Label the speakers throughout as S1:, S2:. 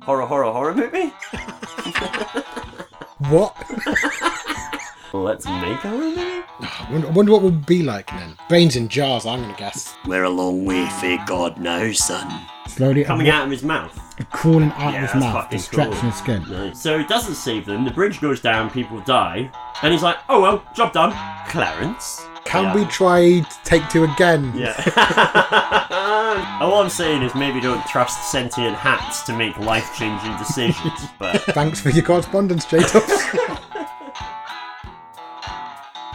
S1: horror, horror, horror movie?
S2: What?
S1: Let's make a horror movie?
S2: I wonder, I wonder what would be like then. Brains in jars, I'm going to guess.
S3: We're a long way, fae God, now, son.
S4: Slowly
S1: Coming out of his mouth.
S4: crawling out of
S1: Yeah,
S4: his
S1: that's
S4: mouth,
S1: fucking
S4: distraction
S1: cool.
S4: his skin.
S1: No. So he doesn't save them, the bridge goes down, people die, and he's like, oh well, job done. Clarence.
S2: Can
S1: Yeah.
S2: we try take two again?
S1: Yeah. All I'm saying is maybe don't trust sentient hats to make life changing decisions, but.
S2: Thanks for your correspondence, J-Tubs.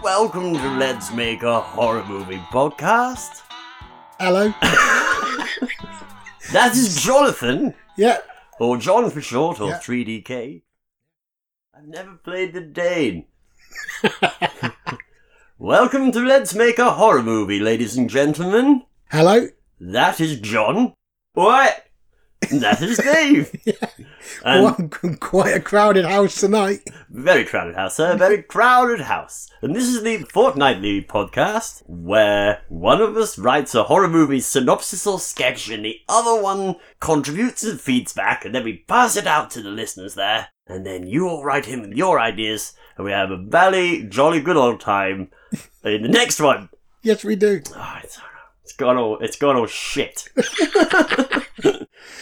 S3: Welcome to Let's Make a Horror Movie Podcast.
S2: Hello.
S3: That is Jonathan,
S2: Yeah.
S3: or John for short, or
S2: Yeah.
S3: 3DK. I've never played the Dane. Welcome to Let's Make a Horror Movie, ladies and gentlemen.
S2: Hello.
S3: That is John. What? That is Dave. And
S2: Quite- Quite a crowded house tonight.
S3: Very crowded house, sir. Very crowded house. And this is the fortnightly podcast where one of us writes a horror movie synopsis or sketch and the other one contributes and feeds back and then we pass it out to the listeners there. And then you all write him your ideas and we have a bally jolly good old time in the next one.
S2: Yes, we do.
S3: Oh, it's, it's gone all it's gone all shit.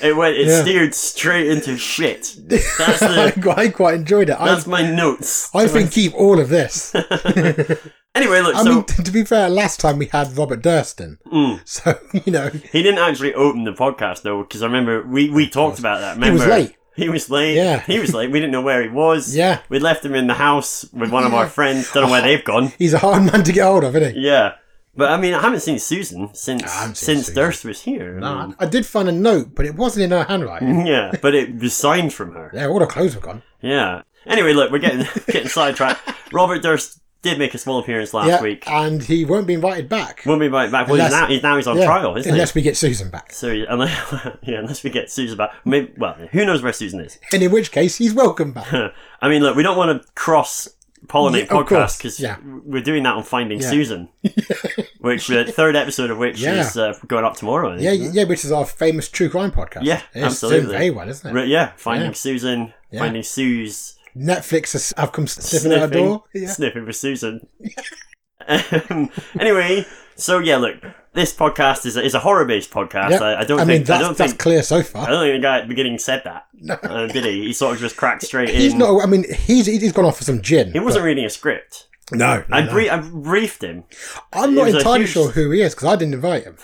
S3: it went it
S2: Yeah.
S3: steered straight into shit. That's
S2: I,
S3: the
S2: I quite enjoyed it. I,
S3: that's my notes.
S2: I think keep all of this.
S3: Anyway, look,
S2: I
S3: so
S2: mean, t- to be fair, last time we had Robert Durston.
S1: Mm.
S2: So, you know,
S3: he didn't actually open the podcast though, because I remember we, we talked about that.
S2: He was
S3: Remember,
S2: late.
S3: He was late.
S2: Yeah.
S3: he was late. We didn't know where he was.
S2: Yeah.
S3: we left him in the house with one of our friends. Don't know where they've gone.
S2: he's a hard man to get hold of, isn't he?
S3: Yeah, but I mean, I haven't seen Susan since
S2: I haven't seen
S3: since
S2: Susan.
S3: Durst was here. I
S2: I, I did find a note, but it wasn't in her handwriting.
S3: mean, yeah, but it was signed from her.
S2: Yeah, all the clothes were gone.
S3: Yeah. Anyway, look, we're getting getting sidetracked. Robert Durst did make a small appearance last
S2: yeah,
S3: week.
S2: and he won't be invited back.
S3: We'll be right back. Well, he's now
S2: Unless-
S3: he's now he's on
S2: Yeah,
S3: trial, isn't
S2: unless
S3: he?
S2: we get Susan back.
S3: So unless, yeah, unless we get Susan back, maybe. Well, who knows where Susan is?
S2: And in which case, he's welcome back.
S3: I mean, look, we don't want to cross pollinate
S2: Yeah, of
S3: podcasts
S2: course,
S3: because
S2: yeah.
S3: we're doing that on Finding
S2: Yeah.
S3: Susan, which uh, third episode of which
S2: Yeah.
S3: is uh, going up tomorrow. I think.
S2: yeah, yeah, which is our famous true crime podcast.
S3: Yeah,
S2: it's
S3: absolutely.
S2: doing very well, isn't it?
S3: Re- yeah, Finding
S2: Yeah.
S3: Susan,
S2: Yeah.
S3: Finding Suze,
S2: Netflix has, have come sniffing at our
S3: sniffing,
S2: door. Yeah.
S3: sniffing for Susan. um, anyway, so yeah, look, this podcast is a, is a horror based podcast.
S2: Yeah.
S3: uh, I, I don't
S2: I mean,
S3: think I
S2: that's,
S3: don't
S2: that's
S3: think
S2: clear so
S3: I
S2: far.
S3: don't think the guy at the beginning said that. Uh, did he? He sort of just cracked straight
S2: He's
S3: in.
S2: not. I mean, he's he's gone off for some gin.
S3: he wasn't reading a script.
S2: but- No, no,
S3: I,
S2: no.
S3: brie- I briefed him.
S2: I'm
S3: it
S2: not
S3: was a
S2: entirely
S3: huge-
S2: sure who he is because I didn't invite him.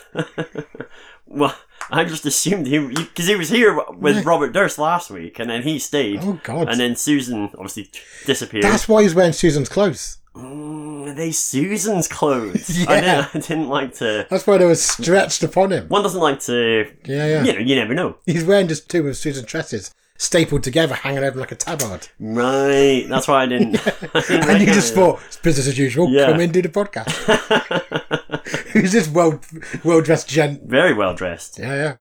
S3: Well, I just assumed he because he was here with Robert Durst last week, and then he stayed.
S2: Oh, God.
S3: And then Susan obviously disappeared.
S2: That's why he's wearing Susan's clothes.
S3: Mm, are they Susan's clothes. I,
S2: Yeah.
S3: didn't, I didn't like to.
S2: That's why they were stretched upon him.
S3: One doesn't like to.
S2: Yeah, yeah.
S3: You know, you never know.
S2: He's wearing just two of Susan's dresses stapled together, hanging over like a tabard.
S3: Right. That's why I didn't. I didn't
S2: And you
S3: recognize
S2: just thought it's business as usual.
S3: Yeah.
S2: Come in, do the podcast.
S3: it.
S2: Who's this well well dressed gent?
S3: Very well dressed.
S2: Yeah, yeah.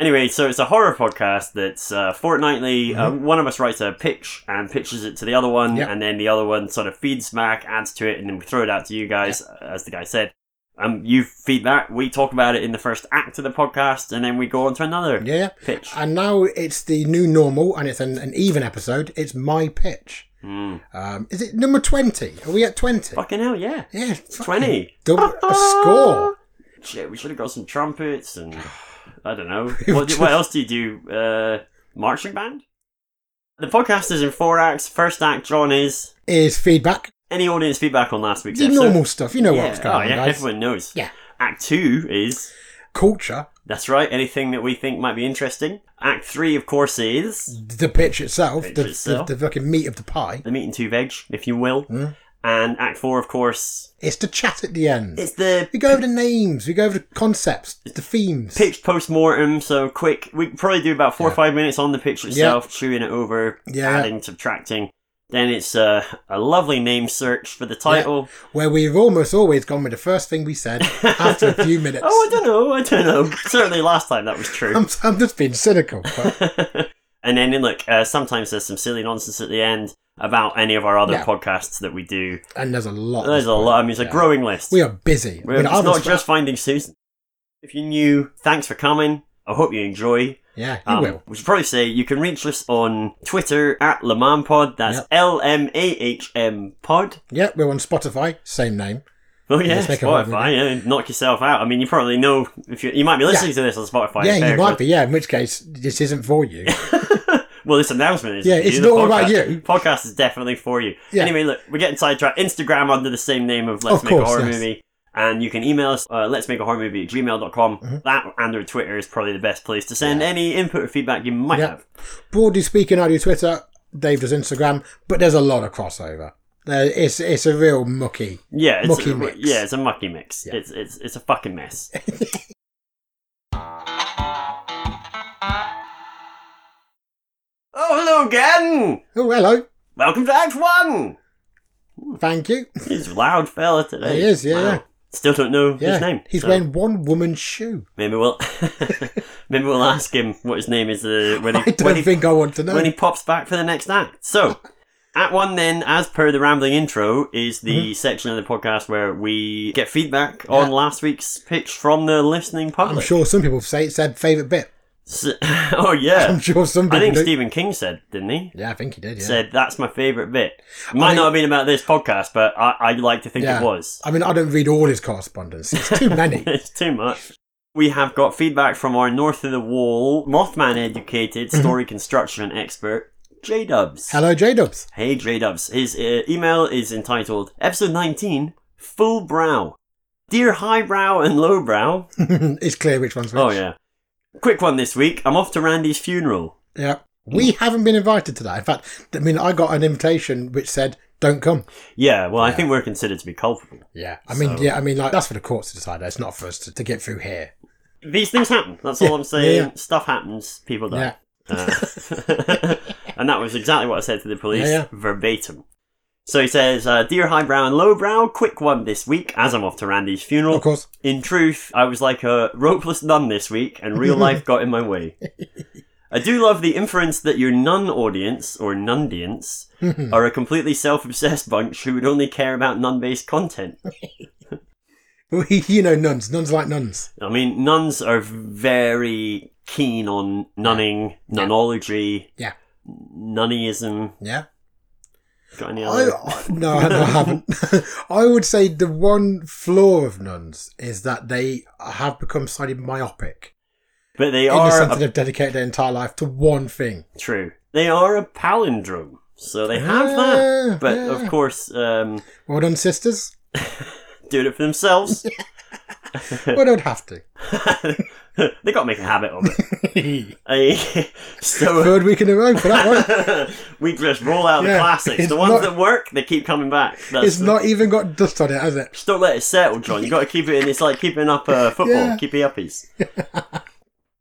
S3: Anyway, so it's a horror podcast that's uh, fortnightly. Uh, one of us writes a pitch and pitches it to the other one,
S2: Mm-hmm. Yeah.
S3: and then the other one sort of feeds back, adds to it, and then we throw it out to you guys, uh, as the guy said. Um, you feed back, we talk about it in the first act of the podcast, and then we go on to another
S2: Yeah, yeah.
S3: pitch.
S2: And now it's the new normal, and it's an, an even episode. It's my pitch.
S3: Mm.
S2: Um, is it number twenty? Are we at twenty?
S3: Fucking hell, yeah.
S2: Yeah, fucking
S3: 20.
S2: Double a score.
S3: Shit, we should have got some trumpets and I don't know. What, do- what else do you do? Uh, marching band? The podcast is in four acts. First act, John is.
S2: Is feedback
S3: Any audience feedback on last week's
S2: the
S3: episode?
S2: normal stuff? You know
S3: yeah.
S2: what's going
S3: oh,
S2: on,
S3: yeah,
S2: guys.
S3: everyone knows.
S2: Yeah.
S3: Act two is
S2: Culture,
S3: that's right. Anything that we think might be interesting. Act three, of course, is
S2: the pitch itself,
S3: Pitch
S2: the,
S3: itself.
S2: The, the fucking meat of the pie.
S3: the meat and two veg, if you will.
S2: Mm.
S3: And act four, of course,
S2: It's the chat at the end.
S3: it's the
S2: we go over the names, we go over the concepts, the themes.
S3: pitch post mortem. So quick, we could probably do about four or five minutes on the pitch itself, chewing it over,
S2: Yeah.
S3: adding, subtracting. Then it's uh, a lovely name search for the title.
S2: where we've almost always gone with the first thing we said after a few minutes.
S3: Oh, I don't know, I don't know. Certainly last time that was true.
S2: I'm, I'm just being cynical. But
S3: and then look, uh, sometimes there's some silly nonsense at the end about any of our other
S2: Yeah.
S3: podcasts that we do.
S2: and there's a lot.
S3: There's a lot. I mean, it's a
S2: Yeah.
S3: growing list.
S2: We are busy.
S3: We're-
S2: I mean,
S3: it's
S2: I was-
S3: not just finding Susan. If you're new, thanks for coming. I hope you enjoy.
S2: Yeah, you
S3: Um,
S2: will.
S3: We should probably say you can reach us on Twitter at LeManPod. That's
S2: Yep.
S3: L M A H M Pod.
S2: Yeah, we're on Spotify, same name.
S3: Oh yeah,
S2: Let's make a hobby.
S3: Spotify. Yeah, knock yourself out. I mean, you probably know if you you might be listening to this on Spotify.
S2: yeah, you
S3: fair,
S2: might
S3: but-
S2: be. Yeah, in which case this isn't for you.
S3: Well, this announcement is.
S2: Yeah,
S3: for you,
S2: it's
S3: the
S2: not all about
S3: podcast-
S2: you.
S3: Podcast is definitely for you.
S2: Yeah.
S3: Anyway, look, we're getting sidetracked. Instagram under the same name of Let's
S2: Of
S3: Make a
S2: course,
S3: Horror
S2: yes.
S3: Movie. And you can email us, uh, let's make a horror movie at gmail.com.
S2: Mm-hmm.
S3: That and or Twitter is probably the best place to send any input or feedback you might
S2: Yeah.
S3: have.
S2: Broadly speaking, I do Twitter. Dave does Instagram, but there's a lot of crossover. There- it's it's a real mucky.
S3: Yeah, it's
S2: Mucky
S3: a,
S2: mix.
S3: Yeah, it's a mucky mix.
S2: Yeah.
S3: It's it's it's a fucking mess. oh, hello again.
S2: Oh, hello.
S3: Welcome to Act One.
S2: Thank you.
S3: He's a loud fella today.
S2: He is, yeah, yeah.
S3: Still don't know
S2: Yeah,
S3: his name.
S2: he's
S3: so
S2: wearing one woman's shoe.
S3: Maybe we'll maybe we'll ask him what his name is uh, when
S2: I
S3: he
S2: don't
S3: when he,
S2: think I want to know.
S3: when he pops back for the next act. So. Act one, then, as per the rambling intro, is the
S2: Mm-hmm.
S3: section of the podcast where we get feedback on last week's pitch from the listening public.
S2: I'm sure some people say it's their favourite bit.
S3: S- oh yeah,
S2: I'm sure some people
S3: I think
S2: do.
S3: Stephen King said, didn't he?
S2: yeah, I think he did. Yeah.
S3: Said that's my favourite bit. Might not have been about this podcast, but I, I like to think
S2: yeah.
S3: it was.
S2: I mean, I don't read all his correspondence. It's too many.
S3: it's too much. We have got feedback from our North of the Wall Mothman educated story construction expert J Dubs.
S2: Hello, J Dubs.
S3: Hey J Dubs, his uh, email is entitled Episode 19 Full Brow. Dear Highbrow and Lowbrow.
S2: it's clear which one's which.
S3: Oh yeah. Quick one this week. I'm off to Randy's funeral.
S2: Yeah. We haven't been invited to that. In fact, I mean, I got an invitation which said, don't come.
S3: Yeah, well, I think we're considered to be culpable.
S2: Yeah. I mean,
S3: So-
S2: yeah, I mean, like, that's for the courts to decide. It's not for us to, to get through here.
S3: These things happen. That's all I'm saying. Stuff happens. People die.
S2: Yeah.
S3: Uh, and that was exactly what I said to the police,
S2: Yeah, yeah.
S3: verbatim. So he says, uh, "Dear highbrow and lowbrow, quick one this week, as I'm off to Randy's funeral.
S2: Of course.
S3: In truth, I was like a ropeless nun this week, and real life got in my way. I do love the inference that your nun audience, or nundience, are a completely self-obsessed bunch who would only care about nun-based content.
S2: We, you know, nuns. Nuns like nuns.
S3: I mean, nuns are very keen on nunning, nunology,
S2: Yeah.
S3: nunnyism.
S2: Yeah.
S3: Got any
S2: I,
S3: other?
S2: I- no, I I haven't. I would say the one flaw of nuns is that they have become slightly myopic
S3: But they
S2: in the
S3: are
S2: sense that
S3: a,
S2: they've dedicated their entire life to one thing.
S3: true. They are a palindrome, so they have
S2: Yeah,
S3: that. But of
S2: yeah.
S3: course, um,
S2: Well done, sisters.
S3: doing it for themselves,
S2: well, don't have to.
S3: they got to make a habit of it. Eh, so.
S2: Third week in a row for that one.
S3: we just roll out the
S2: Yeah,
S3: classics.
S2: it's
S3: The ones
S2: not-
S3: that work, they keep coming back. That's
S2: It's
S3: the-
S2: not even got dust on it, has it?
S3: Just don't let it settle, John. You got to keep it in. It's like keeping up uh, football,
S2: Yeah.
S3: keep the uppies.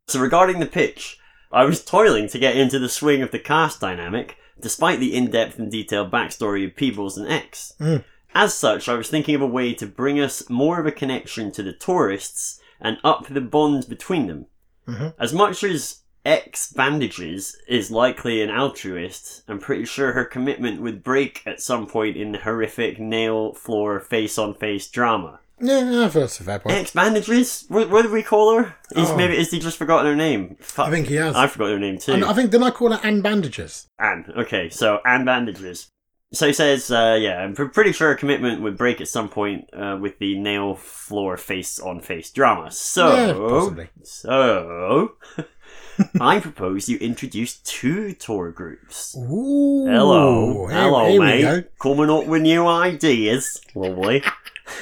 S3: so regarding the pitch, I was toiling to get into the swing of the cast dynamic, despite the in-depth and detailed backstory of Peebles and X.
S2: Mm.
S3: As such, I was thinking of a way to bring us more of a connection to the tourists and up the bond between them.
S2: Mhm.
S3: As much as X bandages is likely an altruist, I'm pretty sure her commitment would break at some point in the horrific nail floor face on face drama.
S2: Yeah, yeah, that's a fair point.
S3: X bandages? What, what did we call her? Is
S2: Oh.
S3: maybe is he just forgotten her name? Fuck.
S2: I think he has.
S3: I forgot her name too.
S2: And I think then I call it and bandages.
S3: Anne. Okay, so Anne bandages. So he says, uh, yeah, I'm pr- pretty sure a commitment would break at some point uh, with the nail floor face on face drama. So,
S2: Yeah, possibly.
S3: so I propose you introduce two tour groups.
S2: Ooh,
S3: Hello,
S2: here-
S3: hello,
S2: here we go.
S3: mate. Coming up with new ideas, lovely.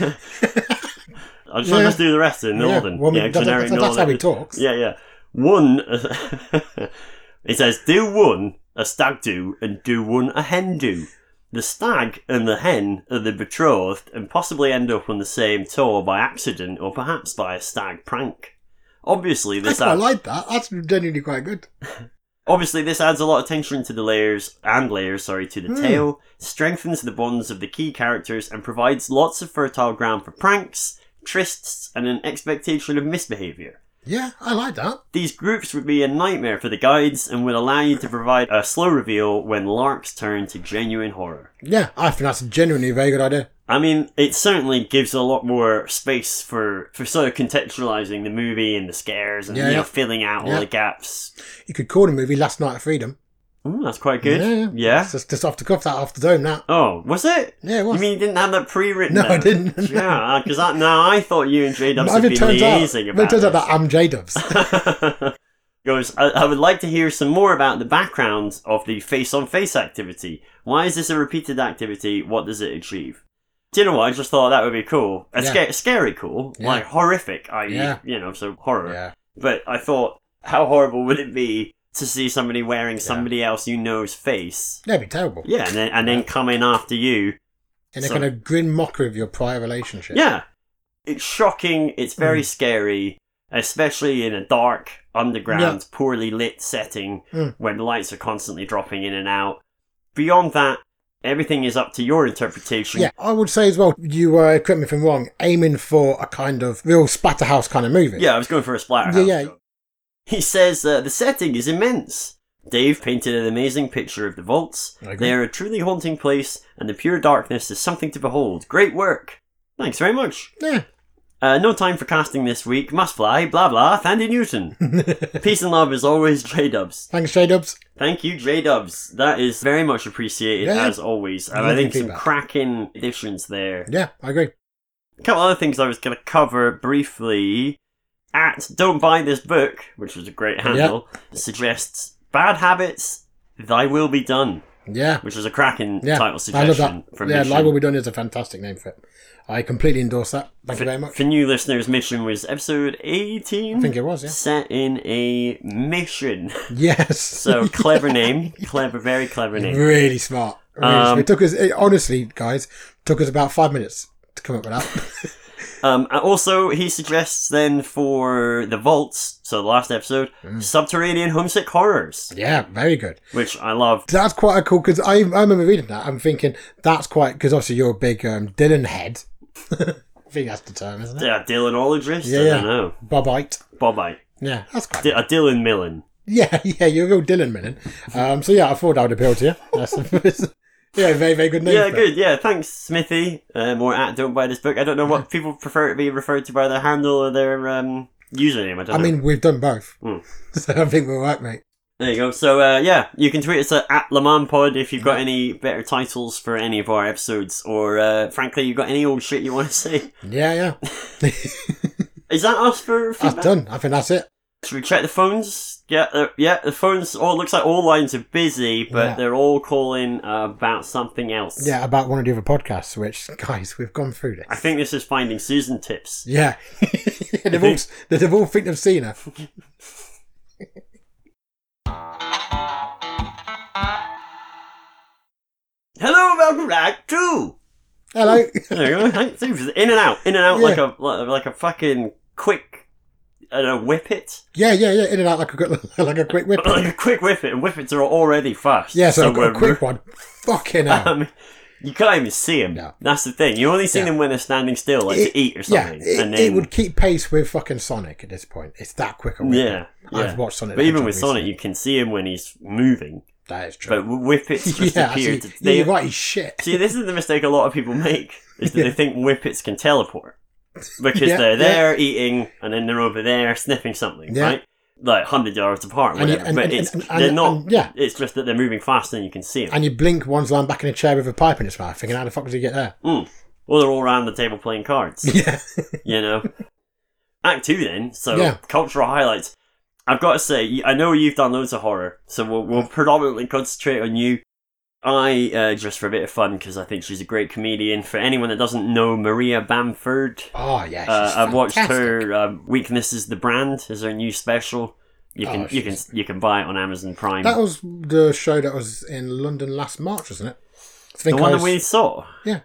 S3: I just
S2: Yeah.
S3: just do the rest in
S2: Yeah,
S3: Northern,
S2: well, I mean,
S3: yeah,
S2: that- that-
S3: generic
S2: that's, that's how
S3: Northern.
S2: he talks.
S3: Yeah, yeah. One. it says, do one a stag do and do one a hen do. The stag and the hen are the betrothed and possibly end up on the same tour by accident or perhaps by a stag prank. Obviously,
S2: I
S3: this
S2: quite
S3: adds,
S2: like that. That's genuinely quite good.
S3: obviously this adds a lot of tension to the layers and layers, sorry, to the
S2: Hmm.
S3: tale, strengthens the bonds of the key characters, and provides lots of fertile ground for pranks, trysts, and an expectation of misbehaviour.
S2: Yeah, I like that.
S3: These groups would be a nightmare for the guides and would allow you to provide a slow reveal when larks turn to genuine horror.
S2: Yeah, I think that's genuinely a very good idea.
S3: I mean, it certainly gives a lot more space for, for sort of contextualizing the movie and the scares and
S2: Yeah,
S3: you know,
S2: yeah.
S3: filling out all
S2: Yeah.
S3: the gaps.
S2: You could call the movie Last Night of Freedom.
S3: Ooh, that's quite good. Yeah.
S2: It's Just, just off the cuff, that off the dome, that.
S3: Oh, was it?
S2: Yeah, it was.
S3: You mean you didn't have that pre-written?
S2: No,
S3: down?
S2: I didn't.
S3: Yeah, because now I thought you and J Dubs
S2: But
S3: had
S2: it
S3: been
S2: turns out,
S3: liaising
S2: but it
S3: about
S2: turns out
S3: this.
S2: that I'm J Dubs.
S3: Goes, I, I would like to hear some more about the background of the face on face activity. Why is this a repeated activity? What does it achieve? Do you know what? I just thought that would be cool. A
S2: Yeah.
S3: sca- scary cool,
S2: Yeah.
S3: like horrific, i.e.,
S2: Yeah.
S3: you know, so horror.
S2: yeah.
S3: But I thought, how horrible would it be to see somebody wearing somebody else you know's face?
S2: That'd be terrible.
S3: Yeah, and then, and then coming after you
S2: In a
S3: So-
S2: kind of grim mockery of your prior relationship.
S3: Yeah. It's shocking, it's
S2: Mm.
S3: very scary, especially in a dark, underground, poorly lit setting
S2: Mm.
S3: where the lights are constantly dropping in and out. Beyond that, everything is up to your interpretation.
S2: Yeah, I would say as well, you were, correct me if I'm wrong, aiming for a kind of real splatterhouse kind of movie.
S3: Yeah, I was going for a splatter.
S2: Yeah, yeah.
S3: He says uh, the setting is immense. Dave painted an amazing picture of the vaults.
S2: I agree.
S3: They are a truly haunting place, and the pure darkness is something to behold. Great work. Thanks very much.
S2: Yeah.
S3: Uh, no time for casting this week. Must fly. Blah blah. Thandi Newton. Peace and love as always, J Dubs.
S2: Thanks, J Dubs.
S3: Thank you, J Dubs. That is very much appreciated
S2: Yeah.
S3: as always. And I
S2: Lovely
S3: think some
S2: feedback.
S3: cracking additions there.
S2: Yeah, I agree.
S3: A couple other things I was going to cover briefly. At Don't Buy This Book, which was a great handle, suggests Bad Habits, Thy Will Be Done,
S2: Yeah.
S3: which was a cracking
S2: Yeah.
S3: title
S2: I love
S3: suggestion
S2: that.
S3: from
S2: yeah,
S3: Mission.
S2: Like What We've Done is a fantastic name for it. I completely endorse that. Thank you very much.
S3: For new listeners, Mission was episode 18.
S2: I think it was, yeah.
S3: Set in a mission.
S2: Yes.
S3: So clever name. Clever, very clever name.
S2: really smart. Really
S3: Um,
S2: smart. It took us, it, honestly, guys, took us about five minutes to come up with that.
S3: Um, and also, he suggests then for the vaults, so the last episode,
S2: Mm.
S3: subterranean homesick horrors,
S2: yeah, very good.
S3: which I love.
S2: That's quite a cool because I, I remember reading that. I'm thinking that's quite because obviously you're a big um, Dylan head. I think that's the term, isn't it?
S3: Yeah, Dylanologist.
S2: Yeah,
S3: uh, I
S2: yeah.
S3: don't know.
S2: Bobite.
S3: Bobite.
S2: Yeah, that's quite.
S3: D- a Dylan Millen.
S2: yeah, yeah, you're a real Dylan Millen. Um, so yeah, I thought that would appeal to you. That's yeah, very, very good name.
S3: Yeah,
S2: for it.
S3: good. Yeah, thanks, Smithy. Um, or at Don't Buy This Book. I don't know what people prefer to be referred to by their handle or their um, username. I don't
S2: I
S3: know.
S2: mean, we've done both,
S3: Mm.
S2: so I think we're right, mate.
S3: There you go. So uh, yeah, you can tweet us at, at LeManPod if you've got any better titles for any of our episodes, or uh, frankly, you've got any old shit you want to say.
S2: Yeah, yeah,
S3: Is that us for feedback?
S2: that's done. I think that's it.
S3: Should we check the phones? Yeah, uh, yeah. The phones. All looks like all lines are busy, but
S2: Yeah.
S3: they're all calling uh, about something else.
S2: Yeah, about one of the other podcasts, which guys, we've gone through this.
S3: I think this is finding Susan tips.
S2: Yeah, they've all they've all think they've seen her.
S3: Hello, welcome back to.
S2: Hello.
S3: There you go. Thanks. In and out, in and out,
S2: Yeah.
S3: like a like, like a fucking quick, I don't know, whippet,
S2: Yeah, yeah, yeah. In and out like a good- like a quick whip.
S3: like a quick whippet, and whippets are already fast.
S2: Yeah, so, I've
S3: we're-
S2: got a quick one. Fucking hell.
S3: Um, you can't even see them.
S2: No.
S3: That's the thing. You only see
S2: Yeah.
S3: them when they're standing still, like
S2: It-
S3: to eat or
S2: yeah,
S3: something.
S2: it,
S3: and
S2: it
S3: then,
S2: would keep pace with fucking Sonic at this point. It's that quick. a whip.
S3: Yeah, yeah.
S2: I've watched Sonic.
S3: But
S2: the
S3: even
S2: Hedgehog
S3: with Sonic,
S2: recently.
S3: you can see him when he's moving.
S2: that is
S3: But
S2: true.
S3: whippets just
S2: yeah,
S3: appear
S2: actually,
S3: to.
S2: yeah,
S3: They,
S2: you're right. He's shit.
S3: See, this is the mistake a lot of people make: is that they think whippets can teleport because
S2: Yeah,
S3: they're
S2: yeah.
S3: there eating, and then they're over there sniffing something,
S2: Yeah.
S3: right? Like hundred yards apart,
S2: And you-
S3: whatever.
S2: and-
S3: but
S2: and-
S3: it's
S2: and- and-
S3: they're not.
S2: and- yeah.
S3: it's just that they're moving faster than you can see them.
S2: And you blink one's lying back in a chair with a pipe in his mouth, thinking, "How the fuck did he get there?"
S3: Well, they're all around the table playing cards.
S2: Yeah,
S3: you know. Act two, then. So
S2: Yeah.
S3: cultural highlights. I've got to say, y- I know you've done loads of horror, so we'll, we'll predominantly concentrate on you. I uh, just for a bit of fun because I think she's a great comedian. For anyone that doesn't know Maria Bamford,
S2: Oh yeah, she's
S3: uh, I've watched
S2: fantastic.
S3: her um, "Weakness Is the Brand" is her new special. You can
S2: Oh,
S3: you can
S2: she's-
S3: you can buy it on Amazon Prime.
S2: That was the show that was in London last March, wasn't it? I
S3: the
S2: think
S3: one
S2: I
S3: that
S2: was,
S3: we Mm, saw.
S2: yeah,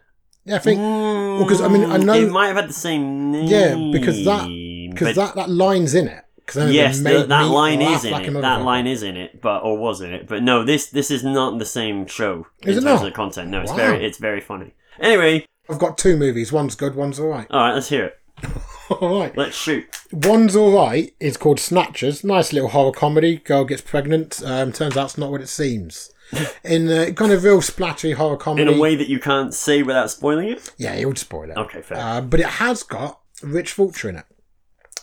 S2: I think
S3: well,
S2: 'cause, I mean, I know-
S3: it might have had the same
S2: Yeah,
S3: name.
S2: because that-
S3: but-
S2: because that, that line's in it. 'Cause I know they
S3: yes, the-
S2: made
S3: that
S2: me
S3: line
S2: laugh
S3: is in
S2: like a
S3: it. That
S2: motherfucker.
S3: line is in it, but or was in it? But no, this this is not the same show
S2: Is
S3: in terms
S2: it not?
S3: of the content. No, it's
S2: Wow.
S3: very it's very funny. Anyway,
S2: I've got two movies. One's good, one's all right.
S3: all right, let's hear it.
S2: all right.
S3: Let's shoot.
S2: One's all right is called Snatchers. Nice little horror comedy. Girl gets pregnant. Um, turns out it's not what it seems. In a kind of real splattery horror
S3: In
S2: comedy.
S3: a way that you can't say without spoiling it?
S2: Yeah, it would spoil it.
S3: Okay, fair.
S2: Uh, but it has got Rich Vulture in it,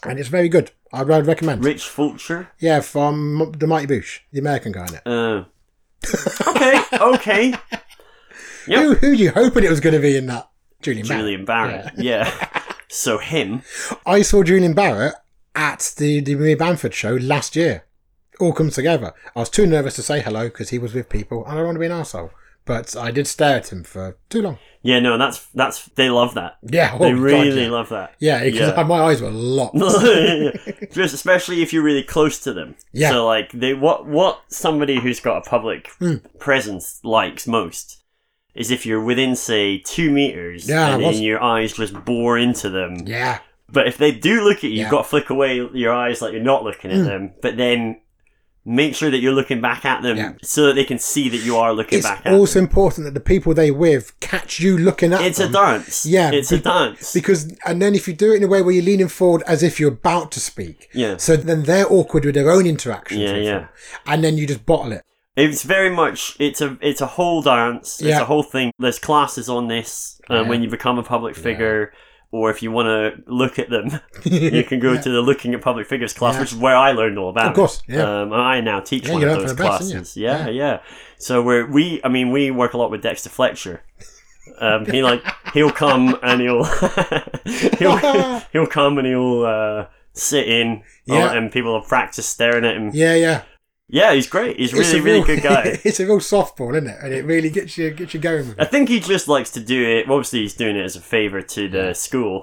S2: and it's very good. I would recommend.
S3: Rich Fulcher?
S2: yeah, from the Mighty Boosh, the American guy in it.
S3: Uh, okay, okay. Yep.
S2: Who who you hoping it was going to be in that? Julian. Barrett.
S3: Julian Barrett. Yeah. So him.
S2: I saw Julian Barrett at the the Marie Bamford show last year. All come together. I was too nervous to say hello because he was with people, and I don't want to be an asshole. But I did stare at him for too long.
S3: Yeah, no, that's that's they love that.
S2: Yeah, oh
S3: They
S2: God,
S3: really
S2: yeah.
S3: love that.
S2: Yeah, because
S3: Yeah.
S2: my eyes were locked.
S3: Just especially if you're really close to them.
S2: Yeah.
S3: So like they what what somebody who's got a public
S2: Hmm.
S3: presence likes most is if you're within say two meters
S2: Yeah, I
S3: and,
S2: was-
S3: and your eyes just bore into them.
S2: yeah,
S3: But if they do look at you,
S2: Yeah. Hmm.
S3: you've got to flick away your eyes like you're not looking at them. But then make sure that you're looking back at them
S2: Yeah.
S3: so that they can see that you are looking
S2: it's
S3: back at
S2: also
S3: them.
S2: important that the people they with catch you looking at
S3: It's a
S2: them.
S3: dance.
S2: Yeah,
S3: It's
S2: be-
S3: a dance.
S2: because and then if you do it in a way where you're leaning forward as if you're about to speak,
S3: Yeah.
S2: So then they're awkward with their own interactions.
S3: Yeah,
S2: with
S3: yeah.
S2: you. And then you just bottle it.
S3: It's very much it's a it's a whole dance. It's
S2: Yeah.
S3: a whole thing. There's classes on this um,
S2: Yeah.
S3: when you become a public figure, or if you want to look at them, you can go to the looking at public figures class,
S2: Yeah.
S3: which is where I learned all about.
S2: Of course,
S3: it.
S2: yeah.
S3: Um, I now teach
S2: Yeah,
S3: one
S2: you
S3: of
S2: learn
S3: those
S2: from the best, don't you?
S3: classes. yeah, yeah, So we're we I mean we work a lot with Dexter Fletcher. Um, he like he'll come and he'll he'll he'll come and he'll uh, sit in. uh,
S2: Yeah.
S3: and people will practice staring at him. Yeah,
S2: Yeah, yeah.
S3: he's great. He's
S2: It's
S3: really,
S2: a
S3: really
S2: real-
S3: good guy.
S2: it's a real softball, isn't it? And it really gets you gets you going with
S3: I
S2: it.
S3: think he just likes to do it. Obviously, he's doing it as a favor to the school.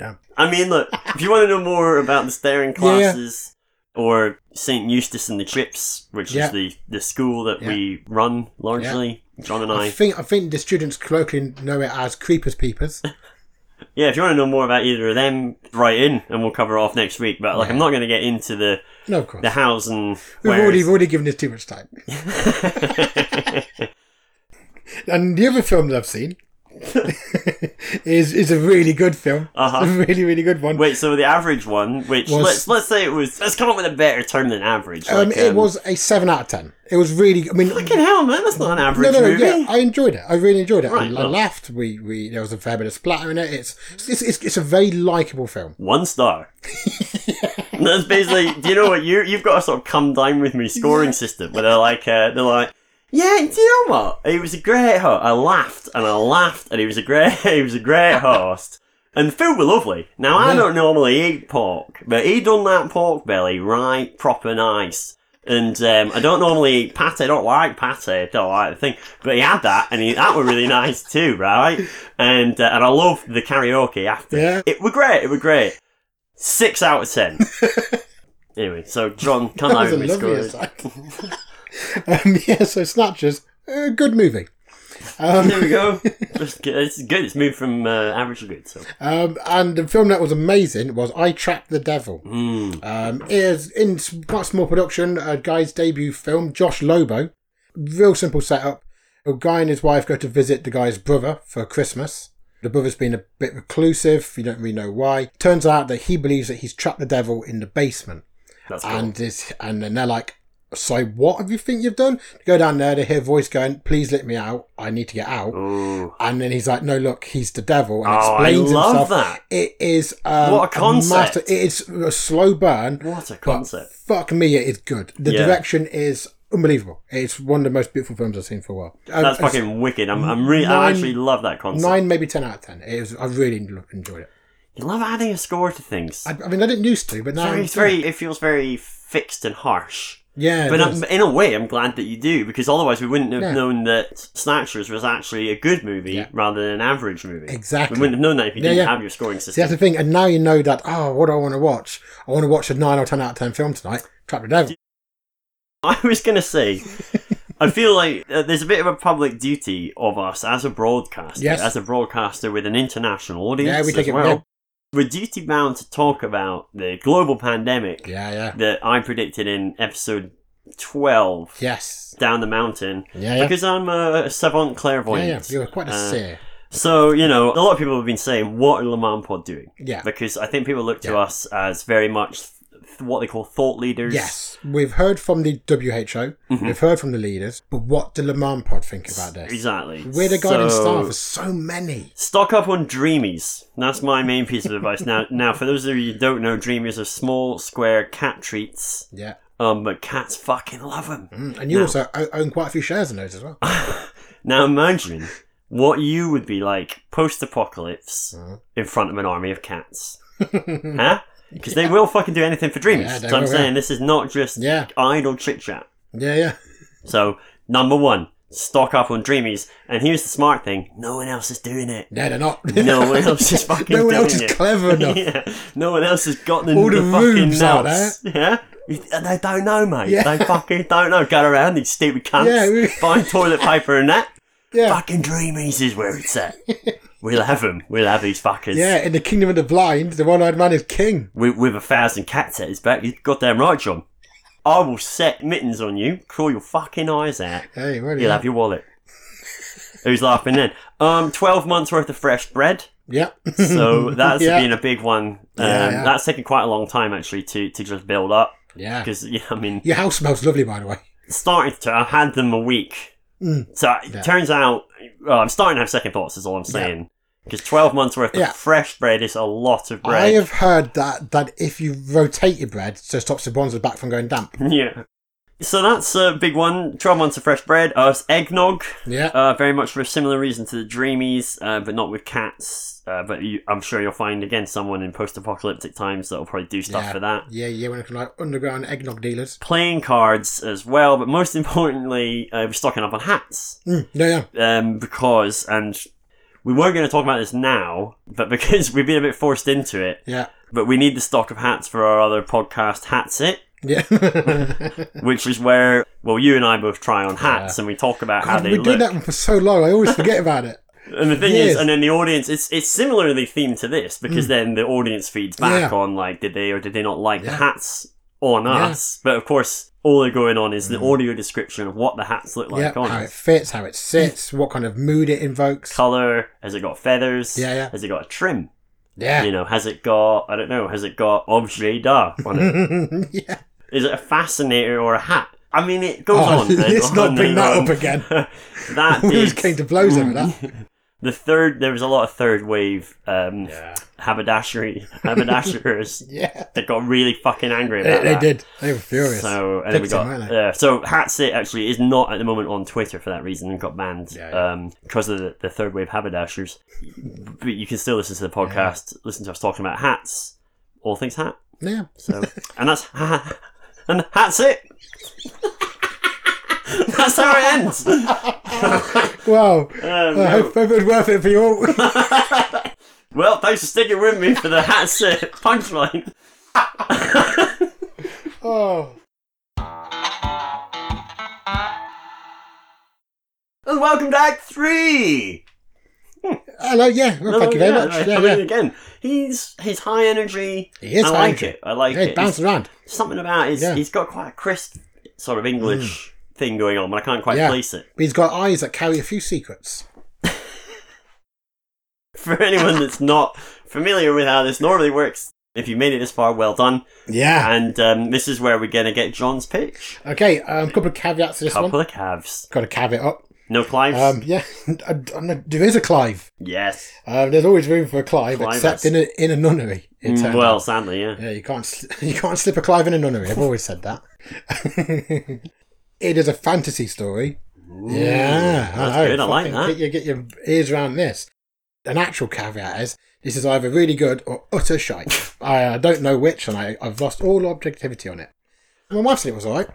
S2: Yeah.
S3: I mean, look, if you want to know more about the staring
S2: Yeah, yeah.
S3: classes or St. Eustace and the Chips, which
S2: Yeah.
S3: is the, the school that
S2: Yeah.
S3: we run largely, John and I.
S2: I think I think the students colloquially know it as creepers peepers.
S3: yeah, if you want to know more about either of them, write in and we'll cover it off next week. But, like, I'm
S2: Yeah.
S3: not going to get into the,
S2: No, of course.
S3: the hows and
S2: We've already
S3: wheres.
S2: we've already given this too much time. and the other film that I've seen is is a really good film.
S3: Uh-huh.
S2: It's a really really good one.
S3: Wait, so the average one, which
S2: Was-
S3: let's let's say it was, let's come up with a better term than average.
S2: um,
S3: like,
S2: it was a seven out of ten. It was really. I mean,
S3: Fucking hell, man! That's not an
S2: no,
S3: average
S2: no, no.
S3: movie.
S2: Yeah, I enjoyed it. I really enjoyed it.
S3: Right,
S2: I, I
S3: well.
S2: laughed. We we there was a fair bit of splatter in it. It's it's it's, it's a very likable film.
S3: one star. That's basically, do you know what you you've got a sort of come down with me scoring system where they're like uh, they're like, yeah, do you know what? He was a great host. I laughed and I laughed and he was a great he was a great host. And the film were lovely. Now I
S2: Yeah.
S3: don't normally eat pork, but he done that pork belly right proper nice. And um, I don't normally eat pate. I don't like pate. I don't like the thing. But he had that, and he, that were really nice too, right? And uh, and I loved the karaoke after.
S2: Yeah.
S3: It were great. It were great. Six out of ten. anyway, so John, come
S2: That was
S3: over me
S2: a lovely
S3: score.
S2: aside. um, yeah, so Snatchers, uh, good movie. Um,
S3: There we go. It's good. It's good. It's moved from uh, average to good. So
S2: um, and the film that was amazing was I Trapped the Devil.
S3: Mm,
S2: Um, it is in s- quite small production, a guy's debut film, Josh Lobo. Real simple setup. A guy and his wife go to visit the guy's brother for Christmas. The brother's been a bit reclusive, you don't really know why. Turns out that he believes that he's trapped the devil in the basement.
S3: that's cool.
S2: and this and then they're like so what have you think you've done go down there they hear a voice going please let me out i need to get out
S3: Ooh.
S2: and then he's like no look he's the devil and
S3: Mm. Oh, I
S2: explains
S3: love
S2: himself
S3: that.
S2: it is um,
S3: What a concept.
S2: master- it is a slow burn
S3: What a
S2: but
S3: concept.
S2: fuck me it is good the
S3: Yeah.
S2: direction is unbelievable it's one of the most beautiful films i've seen for a while Um,
S3: That's
S2: it's
S3: fucking wicked. I'm, I'm really, I
S2: nine-
S3: actually love that concept.
S2: nine maybe ten out of ten it was i really en- enjoyed it
S3: You love adding a score to things.
S2: i, I mean i didn't used to but now
S3: Sorry,
S2: I'm
S3: it's
S2: doing
S3: very,
S2: it.
S3: it feels very fixed and harsh.
S2: yeah it
S3: But
S2: is.
S3: um, in a way, I'm glad that you do because otherwise we wouldn't have
S2: Yeah.
S3: known that Snatchers was actually a good movie
S2: Yeah.
S3: rather than an average movie.
S2: Exactly.
S3: We wouldn't have known that if you
S2: Yeah,
S3: didn't
S2: yeah.
S3: have your scoring
S2: See, that's
S3: system.
S2: the thing. And now you know that, oh, what do I want to watch? I want to watch a 9 or 10 out of 10 film tonight. Trap the Devil.
S3: I was going to say, I feel like uh, there's a bit of a public duty of us as a broadcaster,
S2: Yes.
S3: as a broadcaster with an international audience
S2: Yeah, we take
S3: as
S2: it-
S3: well.
S2: yeah.
S3: We're duty bound to talk about the global pandemic
S2: Yeah, yeah.
S3: that I predicted in episode 12,
S2: Yes.
S3: Down the Mountain,
S2: Yeah, yeah.
S3: because I'm a savant
S2: Yeah,
S3: clairvoyant.
S2: yeah. You were quite a
S3: Uh,
S2: seer.
S3: So, you know, a lot of people have been saying, what are Lamar Pod doing?
S2: Yeah.
S3: Because I think people look to
S2: Yeah.
S3: us as very much th- what they call thought leaders.
S2: Yes, we've heard from the WHO,
S3: Mm-hmm.
S2: we've heard from the leaders, but what do Le Mans Pod think about this?
S3: Exactly.
S2: We're the guiding
S3: So-
S2: star for so many.
S3: Stock up on Dreamies. That's my main piece of advice. Now, now for those of you who don't know, Dreamies are small, square cat treats.
S2: Yeah.
S3: Um, but cats fucking love them.
S2: Mm, And you also o- own quite a few shares in those as well.
S3: Now imagine what you would be like post-apocalypse
S2: Mm-hmm.
S3: in front of an army of cats, huh? Because they will fucking do anything for Dreamies.
S2: Yeah, they
S3: so I'm
S2: will,
S3: saying
S2: yeah.
S3: this is not just
S2: Yeah.
S3: idle chit chat.
S2: Yeah, yeah.
S3: So number one, stock up on Dreamies. And here's the smart thing: no one else is doing it.
S2: No, they're not.
S3: No one else is fucking.
S2: No one
S3: doing
S2: else is
S3: it.
S2: clever enough.
S3: yeah. No one else has got the,
S2: All the
S3: fucking
S2: rubes out
S3: nuts. Yeah. And They don't know, mate.
S2: Yeah.
S3: They fucking don't know. Go around these stupid cunts.
S2: Yeah, we-
S3: Find toilet paper and that.
S2: Yeah.
S3: Fucking dreamies is where it's at. we'll have them. We'll have these fuckers.
S2: Yeah, in the kingdom of the blind, the one eyed man is king.
S3: With, with a thousand cats at his back. You're goddamn right, John. I will set mittens on you, claw your fucking eyes out.
S2: Hey, what do you
S3: You'll have your wallet. Who's laughing then? Um, 12 months worth of fresh bread.
S2: Yeah.
S3: So that's
S2: Yeah.
S3: been a big one. Um,
S2: Yeah, yeah.
S3: That's taken quite a long time actually to, to just build up
S2: yeah.
S3: because yeah, I mean,
S2: Your house smells lovely, by the way.
S3: starting to I had them a week,
S2: Mm.
S3: so it
S2: Yeah.
S3: turns out well, I'm starting to have second thoughts. Is all I'm
S2: Yeah.
S3: saying because 12 months worth
S2: Yeah.
S3: of fresh bread is a lot of bread.
S2: I have heard that that if you rotate your bread, so it stops the bonds back from going damp.
S3: yeah. So that's a big one. 12 months of fresh bread. Uh, it's eggnog,
S2: Yeah.
S3: uh, very much for a similar reason to the Dreamies, uh, but not with cats. Uh, but you, I'm sure you'll find again someone in post-apocalyptic times that will probably do stuff
S2: yeah.
S3: for that.
S2: Yeah, yeah, when looking like underground eggnog dealers.
S3: playing cards as well, but most importantly, uh, we're stocking up on hats
S2: Mm, yeah, yeah.
S3: um, because, and we weren't going to talk about this now, but because we've been a bit forced into it,
S2: Yeah.
S3: but we need the stock of hats for our other podcast, Hats It,
S2: Yeah.
S3: which is where, well, you and I both try on hats and we talk about how
S2: God,
S3: they
S2: we
S3: look.
S2: did that one for so long, I always forget about it.
S3: And the thing
S2: Yes.
S3: is, and then the audience, it's it's similarly themed to this because then the audience feeds back
S2: Mm. Yeah.
S3: on like, did they or did they not like the
S2: Yeah.
S3: hats on
S2: Yeah. Mm.
S3: us? But of course, all they're going on is the audio description of what the hats look like
S2: yeah,
S3: on
S2: how it
S3: us.
S2: fits, how it sits, what kind of mood it invokes.
S3: Color? Has it got feathers?
S2: Yeah, yeah.
S3: Has it got a trim? You
S2: Yeah.
S3: know, has it got I don't know? Has it got objet d'art on it?
S2: yeah.
S3: is it a fascinator or a hat? I mean, it goes
S2: Oh,
S3: on. and
S2: let's
S3: on
S2: not
S3: and
S2: bring that
S3: on.
S2: up again.
S3: that
S2: We
S3: is
S2: just came to blows over that.
S3: the third. There was a lot of third wave um,
S2: Yeah.
S3: haberdashery haberdashers
S2: Yeah.
S3: that got really fucking angry
S2: They,
S3: about
S2: they
S3: that.
S2: did. They were furious.
S3: So and then we
S2: Picked him,
S3: got
S2: weren't they?
S3: yeah. So Hatsit actually is not at the moment on Twitter for that reason and got banned
S2: Yeah, yeah.
S3: Um, because of the, the third wave haberdashers. But you can still listen to the podcast, listen to us talking about hats, all things hat.
S2: yeah.
S3: So and that's and that's it. that's how it ends.
S2: Wow.
S3: Um,
S2: I hope, hope it was worth it for you all.
S3: Well, thanks for sticking with me for the Hatsit punchline.
S2: oh.
S3: And welcome to Act Three.
S2: Hello, Uh, yeah. Well, thank you very
S3: yeah,
S2: much.
S3: I,
S2: Yeah,
S3: mean,
S2: yeah.
S3: again, he's he's high energy.
S2: He is
S3: I
S2: high
S3: like
S2: energy.
S3: it. I like
S2: Yeah,
S3: it.
S2: it bounced around.
S3: He's- something about his.
S2: Yeah. Mm.
S3: He's got quite a crisp sort of English thing going on, but I can't quite
S2: Yeah.
S3: place it.
S2: But he's got eyes that carry a few secrets.
S3: For anyone that's not familiar with how this normally works, if you made it this far, well done.
S2: Yeah.
S3: And um, this is where we're gonna get John's pitch.
S2: Okay, a um, couple of caveats to this
S3: Couple
S2: one.
S3: of calves,
S2: Got to caveat up.
S3: no Clives.
S2: Um, yeah, I, I know- there is a Clive.
S3: yes.
S2: Uh, there's always room for a Clive,
S3: Clive
S2: except
S3: is-
S2: in a, in a nunnery. it
S3: Mm,
S2: turns
S3: well,
S2: out.
S3: sadly, yeah.
S2: yeah, you can't sl- you can't slip a Clive in a nunnery. I've always said that. it is a fantasy story. yeah,
S3: that's good, I like
S2: Fucking
S3: that.
S2: Get your, get your ears around this. An actual caveat is this is either really good or utter shite. I uh, don't know which, and I, I've lost all objectivity on it. My wife said it was alright,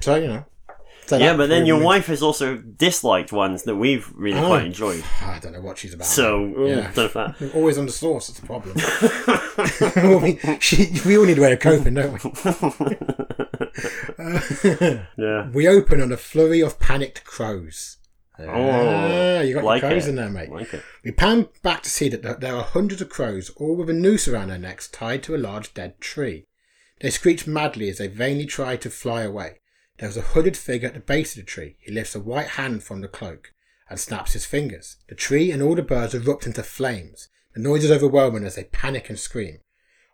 S2: so you know. So
S3: Yeah,
S2: that
S3: but then your
S2: proves-
S3: wife has also disliked ones that we've really
S2: Oh.
S3: quite enjoyed.
S2: I don't know what she's about.
S3: So, ooh,
S2: Yeah.
S3: don't know
S2: We're always under source. That's the problem. we, she, we all need a way of coping, don't we?
S3: if that. yeah.
S2: We open on a flurry of panicked crows. Ah, you got
S3: Oh, like
S2: your crows
S3: it.
S2: in there, mate.
S3: Like it.
S2: We pan back to see that th- there are hundreds of crows, all with a noose around their necks, tied to a large dead tree. They screech madly as they vainly try to fly away. There is a hooded figure at the base of the tree. He lifts a white hand from the cloak. and snaps his fingers. The tree and all the birds erupt into flames. The noise is overwhelming as they panic and scream.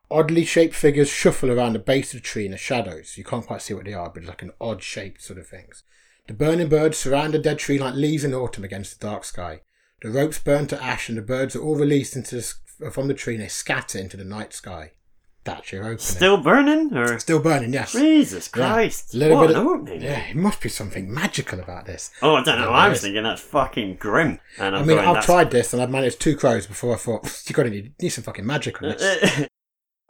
S2: Oddly shaped figures shuffle around the base of the tree in the shadows. You can't quite see what they are, but it's like an odd shaped sort of things. The burning birds surround the dead tree like leaves in autumn against the dark sky. The ropes burn to ash, and the birds are all released into the, s- from the tree and they scatter into the night sky. That's your opening.
S3: Still burning? Or
S2: Still burning, yes.
S3: Jesus
S2: Yeah.
S3: Christ.
S2: Little
S3: what
S2: bit
S3: an
S2: of-
S3: opening.
S2: Yeah, it must be something magical about this.
S3: Oh, I don't know. I was
S2: There is.
S3: thinking that's fucking grim. And
S2: I
S3: I'm
S2: mean,
S3: going,
S2: I've
S3: that's-
S2: tried this and I've managed two crows before I thought, you got to need, need some fucking magic on
S3: Uh,
S2: this.
S3: uh,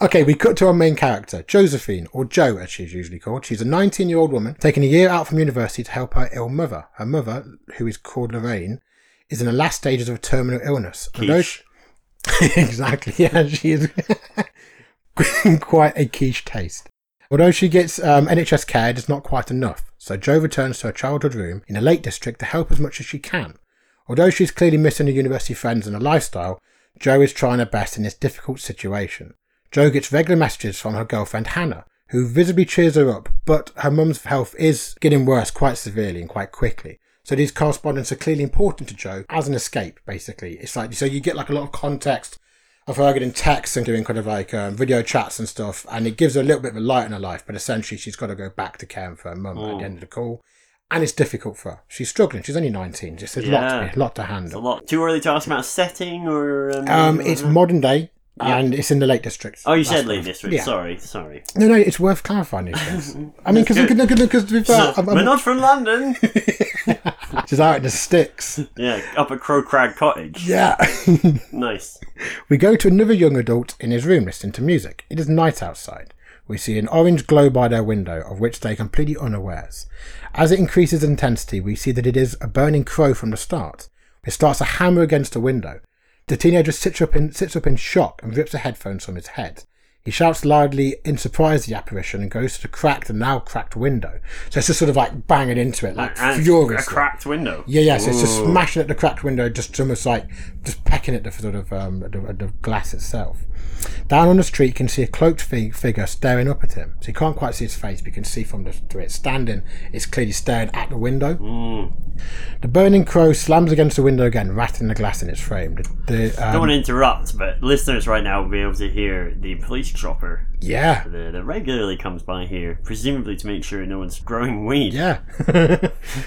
S2: Okay, we cut to our main character, Josephine, or Jo as she's usually called. She's a 19 year old woman taking a year out from university to help her ill mother. Her mother, who is called Lorraine, is in the last stages of a terminal illness. And although
S3: Quiche.
S2: she- exactly, yeah, she is quite a quiche taste. Although she gets um, NHS care, it is not quite enough, so Jo returns to her childhood room in the Lake District to help as much as she can. Although she's clearly missing her university friends and her lifestyle, Jo is trying her best in this difficult situation. Jo gets regular messages from her girlfriend Hannah, who visibly cheers her up, but her mum's health is getting worse quite severely and quite quickly. So these correspondents are clearly important to Jo as an escape, basically. It's like, so you get like a lot of context of her getting texts and doing kind of like um, video chats and stuff, and it gives her a little bit of a light in her life, but essentially she's got to go back to caring for her mum at the end of the call. And it's difficult for her. She's struggling. She's only 19. Just there's a lot to
S3: Yeah.
S2: be, a lot to
S3: it's a
S2: handle.
S3: lot. Too early to ask about setting or. Um,
S2: Um, it's
S3: uh,
S2: modern day, and it's in the Lake District.
S3: Oh, you said
S2: That's
S3: Lake
S2: what-
S3: District. Sorry, sorry.
S2: No, no, it's worth clarifying these things. I mean, because
S3: Good.
S2: because to be fair, I'm,
S3: We're
S2: I'm
S3: not from London.
S2: just out in the sticks.
S3: yeah, up at Crow Crag Cottage.
S2: Yeah.
S3: Nice.
S2: we go to another young adult in his room listening to music. It is night outside. We see an orange glow by their window, of which they are completely unawares. As it increases in intensity, we see that it is a burning crow from the start. It starts to hammer against the window. The teenager sits up in sits up in shock and rips the headphones from his head. He shouts loudly in surprise at the apparition and goes to the cracked and now cracked window. So it's just sort of like banging into it, like
S3: And a
S2: furiously.
S3: cracked window.
S2: Yeah, yeah. So it's just smashing at the cracked window, just almost like just pecking at the sort of um, at the, at the glass itself. Down on the street, you can see a cloaked fi- figure staring up at him. So you can't quite see his face, but you can see from the through it standing, it's clearly staring at the window. The burning crow slams against the window again, rattling the glass in its frame. The, the,
S3: I
S2: um,
S3: don't want to interrupt, but listeners right now will be able to hear the police chopper
S2: yeah,
S3: that, that regularly comes by here, presumably to make sure no one's growing weed.
S2: yeah.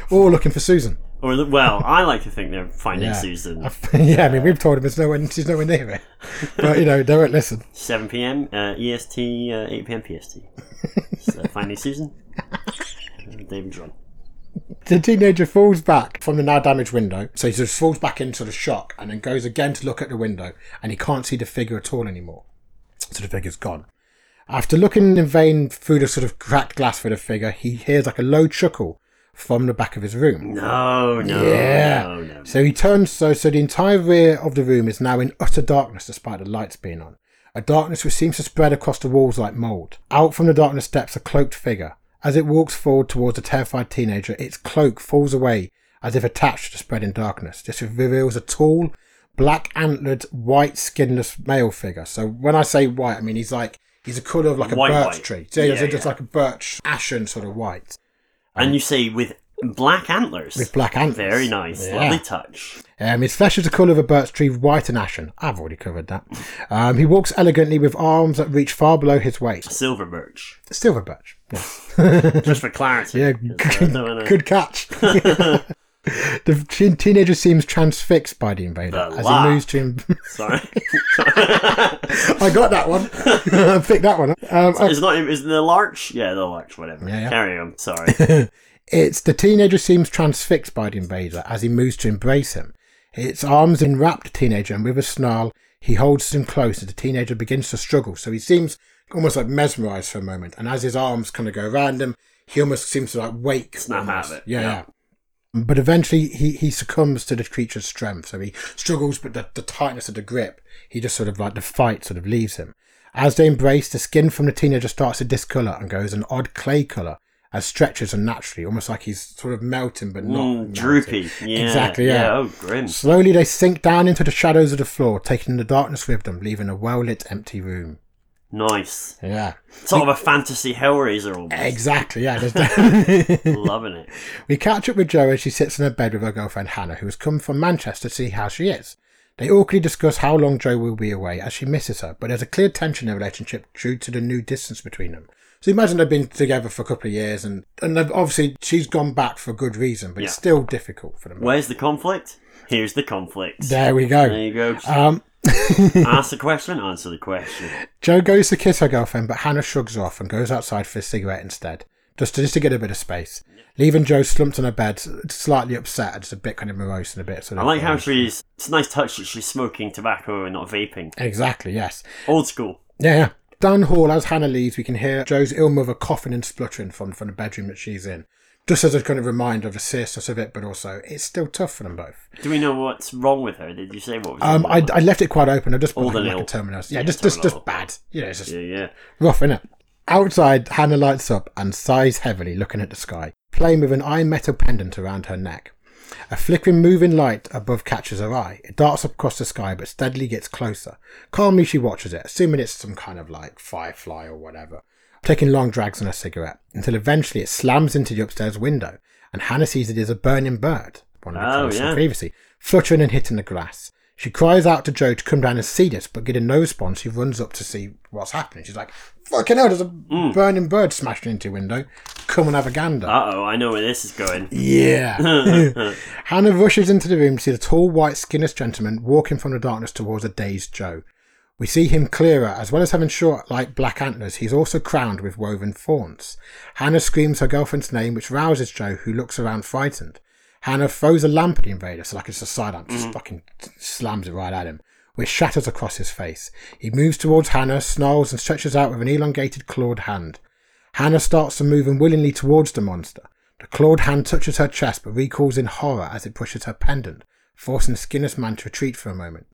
S2: All looking for Susan.
S3: Or, the- well, I like to think they're finding
S2: Yeah.
S3: Susan.
S2: yeah, I mean we've told him it's nowhere, she's nowhere near it, but you know they won't listen.
S3: 7 p.m. Uh, EST, uh, 8 p.m. PST. so, finding Susan. David Dave and John.
S2: The teenager falls back from the now damaged window, so he just falls back in sort of shock and then goes again to look at the window and he can't see the figure at all anymore. So the figure's gone. After looking in vain through the sort of cracked glass for the figure, he hears like a low chuckle from the back of his room.
S3: No, no,
S2: Yeah.
S3: no, Oh, no.
S2: So he turns so so the entire rear of the room is now in utter darkness despite the lights being on. A darkness which seems to spread across the walls like mold. Out from the darkness steps a cloaked figure. As it walks forward towards the terrified teenager, its cloak falls away as if attached to spreading darkness. This reveals a tall, black antlered, white skinless male figure. So when I say white, I mean he's like he's the colour of like a
S3: White,
S2: birch
S3: white.
S2: tree. So yeah,
S3: Yeah,
S2: just
S3: yeah.
S2: like a birch ashen sort of white.
S3: And you say with black antlers.
S2: With black antlers.
S3: Very nice.
S2: Yeah.
S3: Lovely touch.
S2: Um, his flesh is the colour of a birch tree, white and ashen. I've already covered that. Um, he walks elegantly with arms that reach far below his waist.
S3: Silver birch.
S2: Silver birch. Yeah,
S3: Just for clarity.
S2: yeah,
S3: Because, uh,
S2: good,
S3: no, no, no.
S2: good catch. the teen- teenager seems transfixed by the invader
S3: The
S2: as
S3: laugh.
S2: he moves to him.
S3: Sorry.
S2: I got that one. I picked that one up. Um, oh,
S3: it's not. Is the larch? Yeah, the larch. Whatever.
S2: Yeah, yeah.
S3: Carry on. Sorry.
S2: It's the teenager seems transfixed by the invader as he moves to embrace him. Its arms enwrap the teenager, and with a snarl, he holds him close as the teenager begins to struggle. So he seems almost like mesmerized for a moment, and as his arms kind of go around him, he almost seems to like wake.
S3: Snap out
S2: almost.
S3: of it.
S2: Yeah,
S3: Yeah.
S2: yeah. But eventually, he, he succumbs to the creature's strength. So he struggles, but the, the tightness of the grip, he just sort of like the fight sort of leaves him. As they embrace, the skin from the teenager starts to discolour and goes an odd clay colour and stretches unnaturally, almost like he's sort of melting but not.
S3: Mm,
S2: melting.
S3: droopy. Yeah.
S2: Exactly, yeah.
S3: Oh, grim.
S2: Slowly they sink down into the shadows of the floor, taking the darkness with them, leaving a well lit empty room.
S3: Nice.
S2: Yeah,
S3: Sort of a fantasy Hellraiser almost.
S2: exactly. Yeah, there's-
S3: Loving it.
S2: We catch up with Jo as she sits in her bed with her girlfriend Hannah, who has come from Manchester to see how she is. They awkwardly discuss how long Jo will be away as she misses her, but there's a clear tension in the relationship due to the new distance between them. So imagine they've been together for a couple of years, and and they've- obviously she's gone back for good reason, but it's
S3: Yeah.
S2: still difficult for them.
S3: Where's the conflict? Here's the conflict.
S2: there we
S3: There
S2: go.
S3: you go.
S2: Um,
S3: Ask the question, answer the question.
S2: Joe goes to kiss her girlfriend, but Hannah shrugs off and goes outside for a cigarette instead, just to, just to get a bit of space. Leaving Joe slumped on her bed, slightly upset, and just a bit kind of morose and a bit sort
S3: I
S2: of.
S3: like how
S2: um,
S3: she's. It's a nice touch that she's smoking tobacco and not vaping.
S2: Exactly, yes.
S3: Old school.
S2: Yeah, yeah. Down the hall, as Hannah leaves, we can hear Joe's ill mother coughing and spluttering from, from the bedroom that she's in. Just as a kind of reminder of the seriousness of it, but also it's still tough for them both.
S3: Do we know what's wrong with her? Did you say what was
S2: Um,
S3: wrong
S2: I,
S3: with her?
S2: I left it quite open. I just put
S3: All
S2: like,
S3: the
S2: like a
S3: little-
S2: terminus. Yeah,
S3: yeah,
S2: just, just, just
S3: terminal.
S2: bad. You know, it's just
S3: Yeah, yeah.
S2: rough, innit? Outside, Hannah lights up and sighs heavily, looking at the sky, playing with an iron metal pendant around her neck. A flickering, moving light above catches her eye. It darts across the sky, but steadily gets closer. Calmly, she watches it, assuming it's some kind of like firefly or whatever, taking long drags on her cigarette until eventually it slams into the upstairs window, and Hannah sees it is a burning bird, one we
S3: Oh,
S2: mentioned
S3: yeah.
S2: previously, fluttering and hitting the grass. She cries out to Joe to come down and see this, but getting no response, she runs up to see what's happening. She's like, "Fucking hell! There's a burning bird smashing into your window. Come and have a gander."
S3: Uh oh, I know where this is going.
S2: Yeah. Hannah rushes into the room to see the tall, white, skinless gentleman walking from the darkness towards a dazed Joe. We see him clearer, as well as having short, like black antlers, he's also crowned with woven fawns. Hannah screams her girlfriend's name, which rouses Joe, who looks around frightened. Hannah throws a lamp at the invader, so like it's a side lamp, just fucking slams it right at him, which shatters across his face. He moves towards Hannah, snarls, and stretches out with an elongated clawed hand. Hannah starts to move unwillingly towards the monster. The clawed hand touches her chest but recoils in horror as it pushes her pendant, forcing the skinless man to retreat for a moment.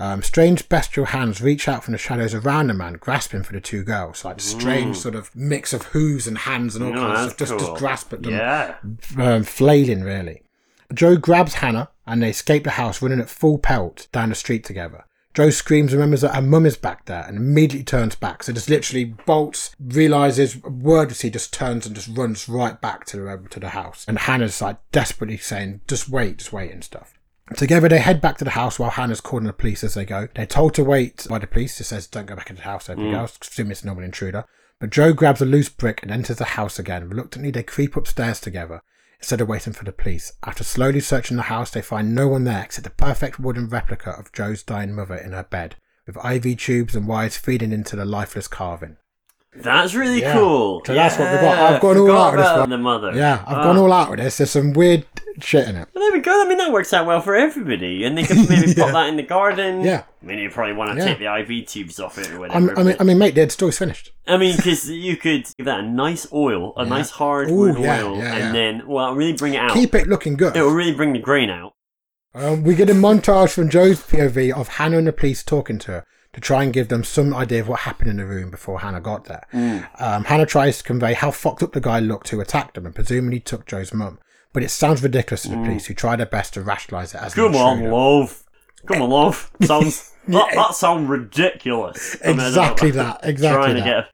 S2: Um, strange bestial hands reach out from the shadows around the man, grasping for the two girls. Like strange sort of mix of hooves and hands and all
S3: No,
S2: kinds
S3: that's
S2: of stuff. Just,
S3: cool.
S2: just grasp at them
S3: Yeah.
S2: um, flailing really. Joe grabs Hannah and they escape the house, running at full pelt down the street together. Joe screams, and remembers that her mum is back there, and immediately turns back. So just literally bolts, realizes wordlessly, just turns and just runs right back to the um, to the house. And Hannah's like desperately saying, "Just wait, just wait," and stuff. Together they head back to the house while Hannah's calling the police as they go. They're told to wait by the police. It says don't go back into the house, everything else. Assume it's a normal intruder. But Joe grabs a loose brick and enters the house again. Reluctantly they creep upstairs together instead of waiting for the police. After slowly searching the house, they find no one there except the perfect wooden replica of Joe's dying mother in her bed, with IV tubes and wires feeding into the lifeless carving.
S3: That's really
S2: Yeah.
S3: cool.
S2: So that's what we
S3: yeah.
S2: got. I've gone all
S3: forgot
S2: out with this
S3: about
S2: one.
S3: The mother.
S2: Yeah, I've
S3: Ah.
S2: gone all out with this. There's some weird shit in it.
S3: Well, there we go. I mean, that works out well for everybody. And they could maybe pop that in the garden.
S2: Yeah.
S3: I mean, you probably want to
S2: Yeah.
S3: take the IV tubes off it or
S2: I'm,
S3: whatever.
S2: I mean, I
S3: but-
S2: mean, mate, the story's finished.
S3: I mean, because you could give that a nice oil, a
S2: Yeah.
S3: nice hard
S2: Ooh,
S3: wood
S2: yeah,
S3: oil,
S2: yeah,
S3: and
S2: yeah.
S3: then, well, really bring it out.
S2: Keep it looking good.
S3: It'll really bring the grain out.
S2: Um, we get a montage from Joe's POV of Hannah and the police talking to her to try and give them some idea of what happened in the room before Hannah got there.
S3: Mm.
S2: Um, Hannah tries to convey how fucked up the guy looked who attacked them and presumably took Joe's mum. But it sounds ridiculous to the police, who try their best to rationalise it as an
S3: Mm. Come on,
S2: intruder.
S3: love. Come on, love. Sounds that, that sounds ridiculous. I mean, I don't know
S2: Exactly
S3: about-
S2: that, exactly
S3: Trying to
S2: that.
S3: get a,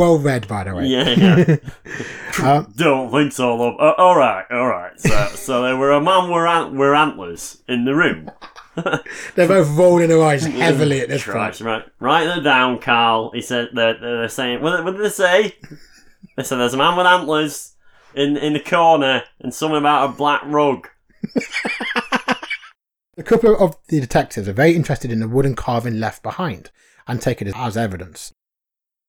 S2: Well read, by the way.
S3: yeah, yeah.
S2: Um,
S3: don't think so, love. Uh, all right, all right. So, so there were a man were ant- were antlers in the room.
S2: They're both rolling their eyes heavily at this
S3: Christ,
S2: point.
S3: right, write that down, Carl. He said they're, they're saying. What, did- what did they say? They said there's a man with antlers in in the corner and something about a black rug.
S2: A couple of the detectives are very interested in the wooden carving left behind and take it as evidence.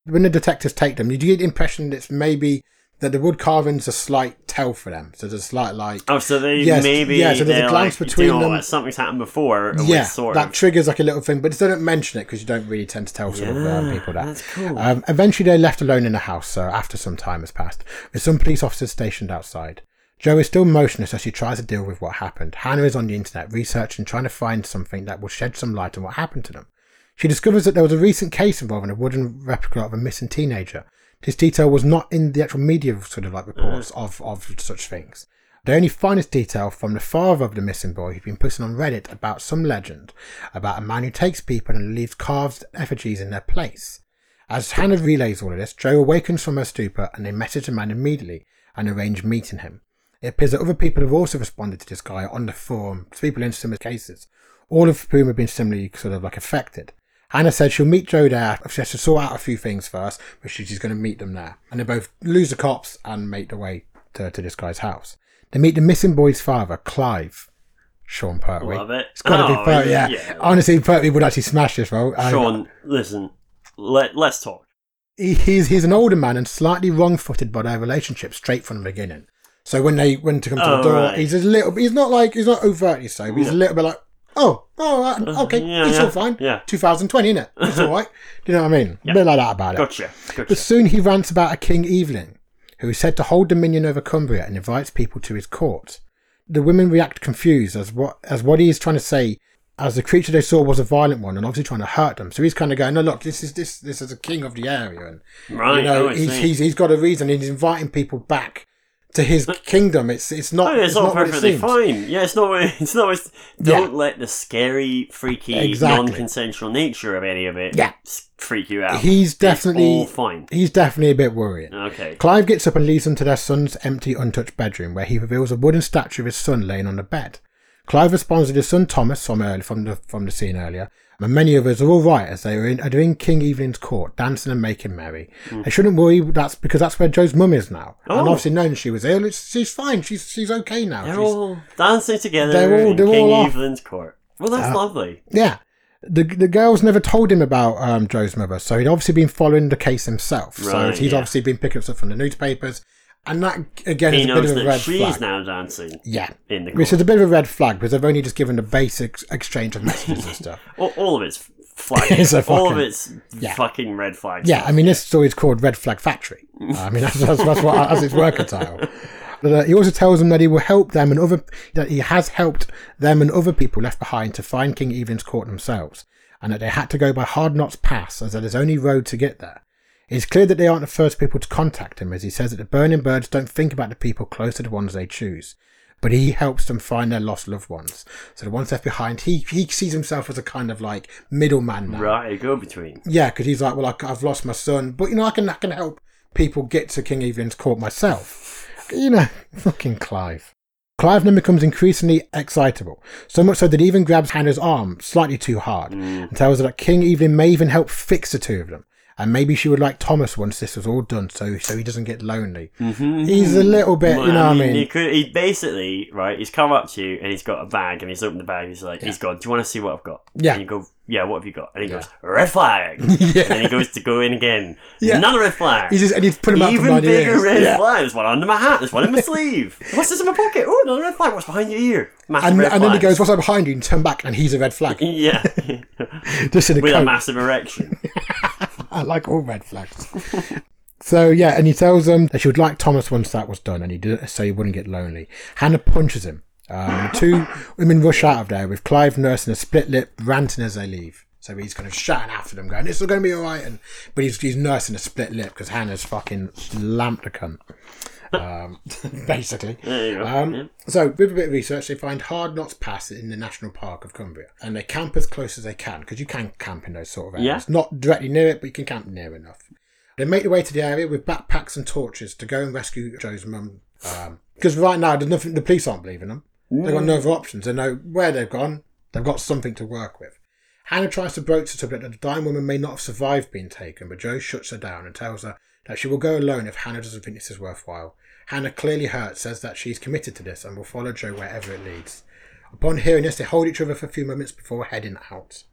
S2: When the detectives take them, you do get the impression that it's maybe that the wood carving's a slight tell for them. So there's a slight like
S3: Oh, so they
S2: Yes,
S3: maybe
S2: yeah, so there's a
S3: they're
S2: glance
S3: like,
S2: between
S3: you know,
S2: them.
S3: Something's happened before. and we're
S2: yeah,
S3: Oh, sort
S2: that
S3: of,
S2: triggers like a little thing, but they don't mention it because you don't really tend to tell sort of um,
S3: Yeah,
S2: people that.
S3: that's cool.
S2: Um, eventually, they're left alone in the house. So after some time has passed, with some police officers stationed outside, Joe is still motionless as she tries to deal with what happened. Hannah is on the internet researching, trying to find something that will shed some light on what happened to them. She discovers that there was a recent case involving a wooden replica of a missing teenager. This detail was not in the actual media sort of like reports of, of such things. They only find this detail from the father of the missing boy who's been posting on Reddit about some legend about a man who takes people and leaves carved effigies in their place. As Hannah relays all of this, Joe awakens from her stupor and they message the man immediately and arrange meeting him. It appears that other people have also responded to this guy on the forum, people in similar cases, all of whom have been similarly sort of like affected. Hannah said she'll meet Joe there, she has to sort out a few things first, but she- she's going to meet them there. And they both lose the cops and make their way to, to this guy's house. They meet the missing boy's father, Clive. Sean Pertwee.
S3: Love it.
S2: It's got to
S3: Oh,
S2: be Pertwee, yeah.
S3: yeah.
S2: Honestly, Pertwee would actually smash this role. I-
S3: Sean, listen, let, let's talk.
S2: he- he's he's an older man and slightly wrong-footed by their relationship straight from the beginning. So when they when to come to
S3: Oh,
S2: the door,
S3: right.
S2: he's a little. He's not like he's not overtly so, but he's a little bit like, oh, oh, uh, okay,
S3: yeah,
S2: it's
S3: yeah,
S2: all fine.
S3: yeah.
S2: 2020, isn't it? It's all right. Do you know what I mean? A bit like that about it.
S3: Gotcha.
S2: But
S3: Gotcha.
S2: soon he rants about a King Evelyn, who is said to hold dominion over Cumbria and invites people to his court. The women react confused as what as what he is trying to say, as the creature they saw was a violent one and obviously trying to hurt them. So he's kind of going, "No, look, this is this this is a king of the area, and
S3: Right.
S2: you know
S3: oh, I
S2: he's,
S3: see.
S2: he's he's got a reason. He's inviting people back to his kingdom. It's it's
S3: Oh,
S2: not
S3: yeah, it's,
S2: it's,
S3: all
S2: not what it
S3: perfectly
S2: seems.
S3: fine. Yeah, it's not. what- It's not. It's,
S2: Yeah.
S3: Don't let the scary, freaky,
S2: Exactly.
S3: non-consensual nature of any of it
S2: Yeah.
S3: s- freak you out.
S2: He's
S3: all
S2: definitely
S3: fine.
S2: he's definitely a bit worrying.
S3: Okay.
S2: Clive gets up and leads them to their son's empty, untouched bedroom, where he reveals a wooden statue of his son laying on the bed. Clive responds that his son Thomas from early, from the from the scene earlier, and many others are all right as they are in, are in King Evelyn's court, dancing and making merry. They shouldn't worry that's because that's where Joe's mum is now, and
S3: Mm. Oh.
S2: obviously knowing she was ill, it's, she's fine. She's she's okay now.
S3: They're
S2: She's-
S3: all dancing together
S2: They're all-
S3: in
S2: they're
S3: King
S2: all off. Uh,
S3: Evelyn's court. Well, that's lovely.
S2: Yeah. The, the girls never told him about um, Joe's mother, so he'd obviously been following the case himself. so
S3: Right,
S2: he's
S3: yeah.
S2: obviously been picking stuff from the newspapers, and that again
S3: He
S2: is a bit
S3: knows
S2: of a red
S3: that she's
S2: flag.
S3: now dancing
S2: yeah,
S3: in the
S2: which
S3: court.
S2: is a bit of a red flag because they've only just given the basic exchange of messages and stuff.
S3: all, all of it's flag.
S2: It's a
S3: all of
S2: fucking-
S3: it's
S2: yeah.
S3: fucking red flags.
S2: Yeah, I mean, this story's called Red Flag Factory. Uh, I mean, that's, that's, that's what as its working title. But uh, he also tells them that he will help them and other that he has helped them and other people left behind to find King Evelyn's court themselves, and that they had to go by Hard Knot's Pass as that is only road to get there. It's clear that they aren't the first people to contact him, as he says that the burning birds don't think about the people close to the ones they choose. But he helps them find their lost loved ones. So the ones left behind, he, he sees himself as a kind of like middleman now.
S3: Right. Go between.
S2: Yeah, because he's like, well, I, I've lost my son, but you know, I can I can help people get to King Evelyn's court myself. You know, fucking Clive. Clive then becomes increasingly excitable, so much so that he even grabs Hannah's arm slightly too hard
S3: Mm.
S2: and tells her that King Evelyn may even help fix the two of them, and maybe she would like Thomas once this was all done, so so he doesn't get lonely.
S3: Mm-hmm.
S2: He's a little bit,
S3: Well,
S2: you know, what I mean,
S3: He could. He basically right. He's come up to you and he's got a bag and he's opened the bag. He's like, he's gone. Do you want to see what I've got?
S2: Yeah.
S3: And you go, yeah. What have you got? And he goes, red flag. And then he goes to go in again.
S2: Yeah.
S3: Another red flag.
S2: he's just and he's put him out for
S3: Even
S2: bloody
S3: bigger
S2: ears.
S3: red
S2: Yeah.
S3: flag. There's one under my hat. There's one in my sleeve. What's this in my pocket? Oh, another red flag. What's behind your ear? Massive
S2: And,
S3: red
S2: and then he
S3: flags.
S2: goes, "What's that behind you?" And turn back, and he's a red flag.
S3: Yeah.
S2: Just in a
S3: With
S2: coat.
S3: a massive erection.
S2: I like all red flags. so yeah, and he tells them that she would like Thomas once that was done, and he did it so he wouldn't get lonely. Hannah punches him. Um, the two women rush out of there with Clive nursing a split lip, ranting as they leave. So he's kind of shouting after them, going, "It's all going to be all right." And but he's, he's nursing a split lip because Hannah's fucking lamped a cunt. Um, basically,
S3: There you go.
S2: um,
S3: Yeah.
S2: so, with a bit of research, they find Hard Knot's Pass in the National Park of Cumbria, and they camp as close as they can because you can camp in those sort of areas.
S3: Yeah.
S2: Not directly near it, but you can camp near enough. They make their way to the area with backpacks and torches to go and rescue Joe's mum. Because right now, there's nothing. The police aren't believing them. They've
S3: Mm.
S2: got no other options. They know where they've gone. They've got something to work with. Hannah tries to broach the subject that the dying woman may not have survived being taken, but Joe shuts her down and tells her that she will go alone if Hannah doesn't think this is worthwhile. Hannah, clearly hurt, says that she's committed to this and will follow Joe wherever it leads. Upon hearing this, they hold each other for a few moments before heading out.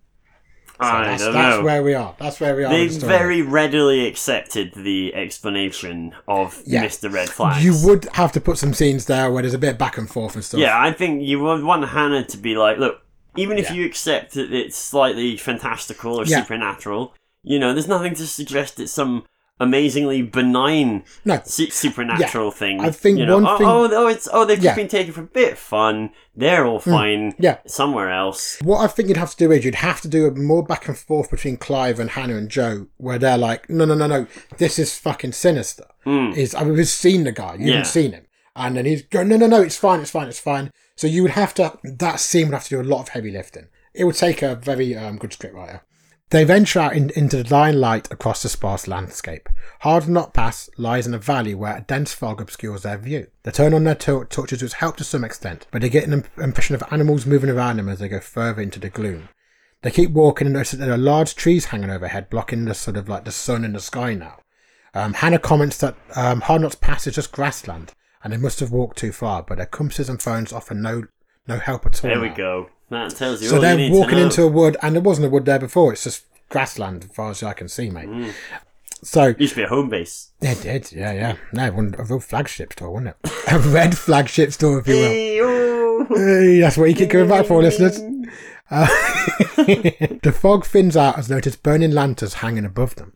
S2: So
S3: I
S2: that's,
S3: don't
S2: that's
S3: know.
S2: where we are. That's where we are.
S3: They
S2: with the story.
S3: very readily accepted the explanation of
S2: Yeah.
S3: Mr. Red Flags.
S2: You would have to put some scenes there where there's a bit of back and forth and stuff.
S3: Yeah, I think you would want Hannah to be like, look, even if
S2: Yeah.
S3: you accept that it's slightly fantastical or
S2: Yeah.
S3: supernatural, you know, there's nothing to suggest it's some amazingly benign
S2: No.
S3: su- supernatural thing.
S2: I think
S3: you know,
S2: one
S3: oh,
S2: thing-
S3: oh, oh, it's oh, they've
S2: Yeah. Hmm.
S3: just been taken for a bit of fun. They're all fine.
S2: yeah.
S3: somewhere else.
S2: What I think you'd have to do is you'd have to do a more back and forth between Clive and Hannah and Joe, where they're like, no, no, no, no, this is fucking sinister. Is I mean, we've seen the guy, you
S3: Yeah.
S2: haven't seen him, and then he's going, no, no, no, it's fine, it's fine, it's fine. So you would have to that scene would have to do a lot of heavy lifting. It would take a very um, good scriptwriter They venture out in, into the limelight across the sparse landscape. Hard Knot Pass lies in a valley where a dense fog obscures their view. They turn on their tor- torches, which help to some extent, but they get an imp- impression of animals moving around them as they go further into the gloom. They keep walking and notice that there are large trees hanging overhead, blocking the sort of like the sun and the sky now. Um, Hannah comments that um, Hard Knot's Pass is just grassland, and they must have walked too far, but their compasses and phones offer no no help at all.
S3: There we
S2: now.
S3: go. That tells you
S2: So
S3: all you
S2: they're
S3: need
S2: walking
S3: to know.
S2: into a wood, and there wasn't a wood there before. It's just grassland, as far as I can see, mate.
S3: Mm.
S2: So
S3: Used to be a home base.
S2: it did, yeah, yeah. No, it wasn't a real flagship store, wasn't it? A red flagship store, if you will. Hey, that's what you keep coming back for, listeners. Uh, the fog thins out as notice burning lanterns hanging above them.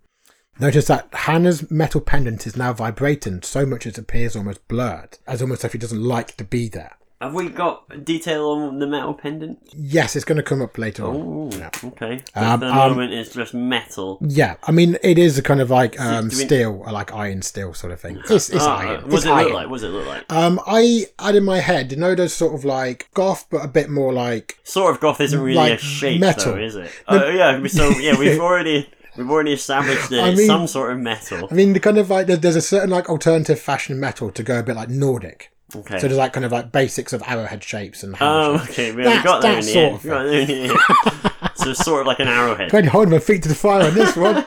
S2: Notice that Hannah's metal pendant is now vibrating so much it appears almost blurred, as almost if he doesn't like to be there.
S3: Have we got detail on the metal pendant?
S2: Yes, it's going to come up later
S3: Ooh,
S2: on. Yeah.
S3: okay. So
S2: Um,
S3: at the
S2: um,
S3: moment, it's just metal.
S2: Yeah, I mean it is a kind of like um,
S3: do we-
S2: steel, like iron steel sort of thing. It's, it's
S3: Ah,
S2: iron.
S3: What's
S2: it's
S3: it
S2: iron.
S3: look like? What's it look like?
S2: Um, I had in my head, you know, those sort of like goth, but a bit more like
S3: Sort of goth isn't really a
S2: like
S3: shape,
S2: metal.
S3: though, is it? Oh yeah. we- So yeah, we've already we've already established that
S2: I
S3: it's
S2: mean-
S3: some sort of metal.
S2: I mean, the kind of like there- there's a certain like alternative fashion metal to go a bit like Nordic.
S3: Okay.
S2: So there's like kind of like basics of arrowhead shapes and. hand
S3: Oh,
S2: shapes.
S3: okay. We
S2: That's-
S3: got there in
S2: that
S3: the end.
S2: sort
S3: We
S2: of
S3: got there in the end. so it's sort of like an arrowhead.
S2: Trying to hold my feet to the fire on this one.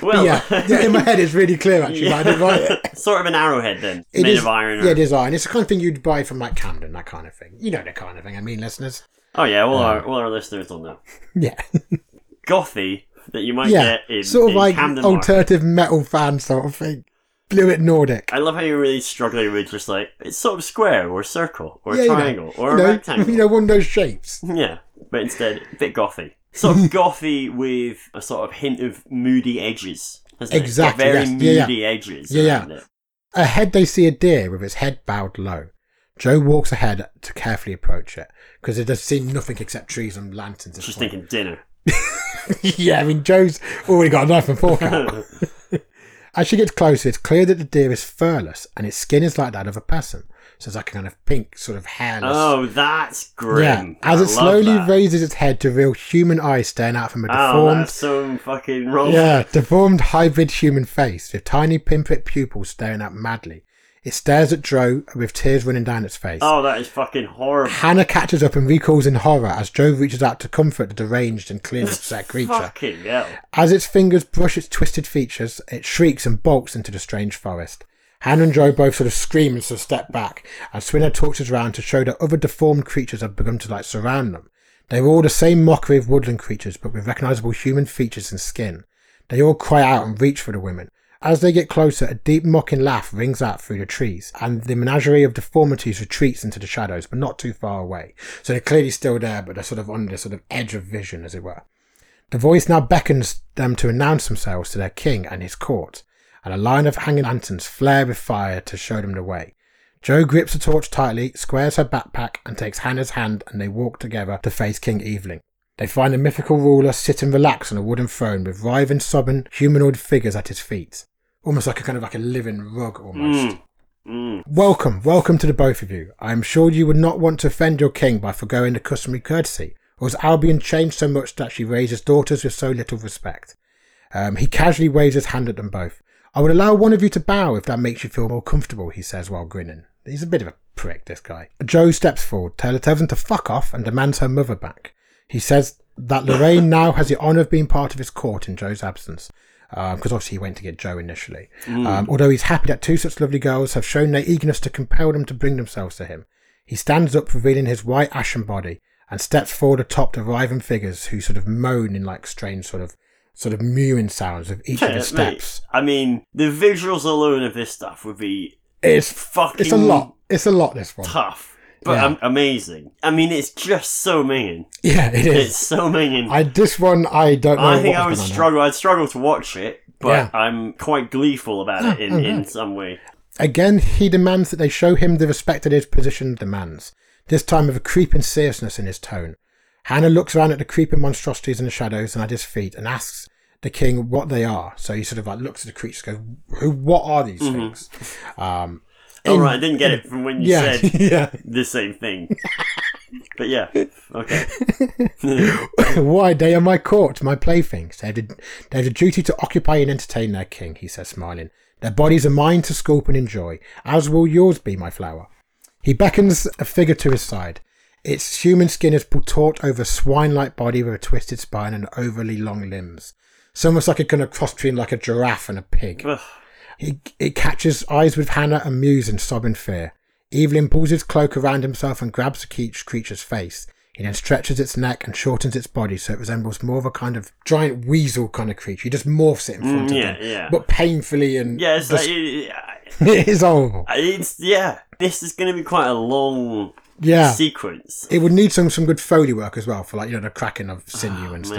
S3: Well,
S2: yeah, yeah, in my head it's really clear actually. but I didn't write it.
S3: sort of an arrowhead then,
S2: It
S3: made
S2: is-
S3: of iron. or-
S2: Yeah, it is iron. It's the kind of thing you'd buy from like Camden, that kind of thing. You know that kind of thing. I mean, listeners.
S3: Oh yeah, all our all our listeners will know.
S2: Yeah,
S3: Gothy that you might
S2: yeah.
S3: get in
S2: sort of
S3: in
S2: like
S3: Camden Market.
S2: alternative metal fan sort of thing. Fluid Nordic.
S3: I love how you're really struggling with just like it's sort of square or circle or
S2: Yeah,
S3: a
S2: you know.
S3: triangle or
S2: you
S3: a
S2: know,
S3: rectangle.
S2: You know, one of those shapes.
S3: Yeah, but instead a bit gothy. Sort of gothy with a sort of hint of moody edges. hasn't it? It's got
S2: Exactly,
S3: Very
S2: yes.
S3: moody
S2: Yeah, yeah.
S3: edges.
S2: Yeah, yeah.
S3: around it.
S2: Ahead, they see a deer with its head bowed low. Joe walks ahead to carefully approach it because it has seen nothing except trees and lanterns. at
S3: Just
S2: the point.
S3: thinking dinner.
S2: yeah, I mean, Joe's already got a knife and fork out. As she gets closer, it's clear that the deer is furless and its skin is like that of a person. So it's like a kind of pink, sort of hairless.
S3: Oh, that's grim.
S2: As
S3: I
S2: it
S3: love
S2: slowly
S3: that.
S2: raises its head to reveal human eyes staring out from a
S3: Oh,
S2: deformed
S3: that's so fucking wrong.
S2: Yeah, deformed hybrid human face with tiny pinprick pupils staring out madly. It stares at Joe with tears running down its face.
S3: Oh, that is fucking horrible.
S2: Hannah catches up and recalls in horror as Joe reaches out to comfort the deranged and clearly upset creature.
S3: Fucking hell.
S2: As its fingers brush its twisted features, it shrieks and bolts into the strange forest. Hannah and Joe both sort of scream and sort of step back and swing their torches round to show that other deformed creatures have begun to like surround them. They were all the same mockery of woodland creatures, but with recognizable human features and skin. They all cry out and reach for the women. As they get closer, a deep mocking laugh rings out through the trees, and the menagerie of deformities retreats into the shadows, but not too far away. So they're clearly still there, but they're sort of on the sort of edge of vision, as it were. The voice now beckons them to announce themselves to their king and his court, and a line of hanging lanterns flare with fire to show them the way. Joe grips the torch tightly, squares her backpack, and takes Hannah's hand, and they walk together to face King Eveling. They find the mythical ruler sitting relaxed on a wooden throne with writhing, sobbing, humanoid figures at his feet. Almost like a kind of like a living rug, almost.
S3: Mm. Mm.
S2: Welcome, welcome to the both of you. I am sure you would not want to offend your king by forgoing the customary courtesy, or has Albion changed so much that she raises daughters with so little respect? Um, he casually waves his hand at them both. I would allow one of you to bow if that makes you feel more comfortable, he says while grinning. He's a bit of a prick, this guy. Joe steps forward, tell- tells him to fuck off, and demands her mother back. He says that Lorraine now has the honour of being part of his court in Joe's absence, because Um, obviously he went to get Joe initially.
S3: Mm.
S2: Um, although he's happy that two such lovely girls have shown their eagerness to compel them to bring themselves to him. He stands up, revealing his white ashen body, and steps forward atop the writhing figures who sort of moan in like strange sort of sort of mewing sounds of each of
S3: Yeah,
S2: the
S3: mate,
S2: steps.
S3: I mean, the visuals alone of this stuff would be
S2: It's
S3: fucking
S2: It's a lot. It's a lot. This one.
S3: tough, but
S2: Yeah.
S3: am- amazing. I mean, it's just so minging.
S2: Yeah, it
S3: It's
S2: is.
S3: so minging. I,
S2: I this one I don't know.
S3: think
S2: what
S3: I would
S2: was going on
S3: struggle. I'd struggle to watch it, but
S2: Yeah.
S3: I'm quite gleeful about it in,
S2: Oh,
S3: in
S2: yeah.
S3: some way.
S2: there. Again, he demands that they show him the respect that his position demands. This time with a creeping seriousness in his tone. Hannah looks around at the creeping monstrosities in the shadows and at his feet and asks the king what they are. So he sort of like looks at the creatures, goes, "Who? What are these things?" Um,
S3: All
S2: in-
S3: right, I didn't get it from when you
S2: yeah,
S3: said
S2: yeah.
S3: the same thing. But yeah, okay.
S2: Why they are my court, my playthings. They have, the, they have the duty to occupy and entertain their king, he says, smiling. Their bodies are mine to sculpt and enjoy, as will yours be, my flower. He beckons a figure to his side. Its human skin is taut over swine like body with a twisted spine and overly long limbs. It's almost like a kind of cross between like a giraffe and a pig.
S3: Ugh.
S2: It, it catches eyes with Hannah and mews and sob in fear. Evelyn pulls his cloak around himself and grabs the each creature's face. He then stretches its neck and shortens its body so it resembles more of a kind of giant weasel kind of creature. He just morphs it in front
S3: Mm, yeah,
S2: of him,
S3: yeah.
S2: but painfully and
S3: Yeah, it's like,
S2: just,
S3: it, it-
S2: it is horrible.
S3: it's, yeah, this is going to be quite a long
S2: Yeah,
S3: sequence.
S2: it would need some some good foley work as well for like you know the cracking of sinew and stuff.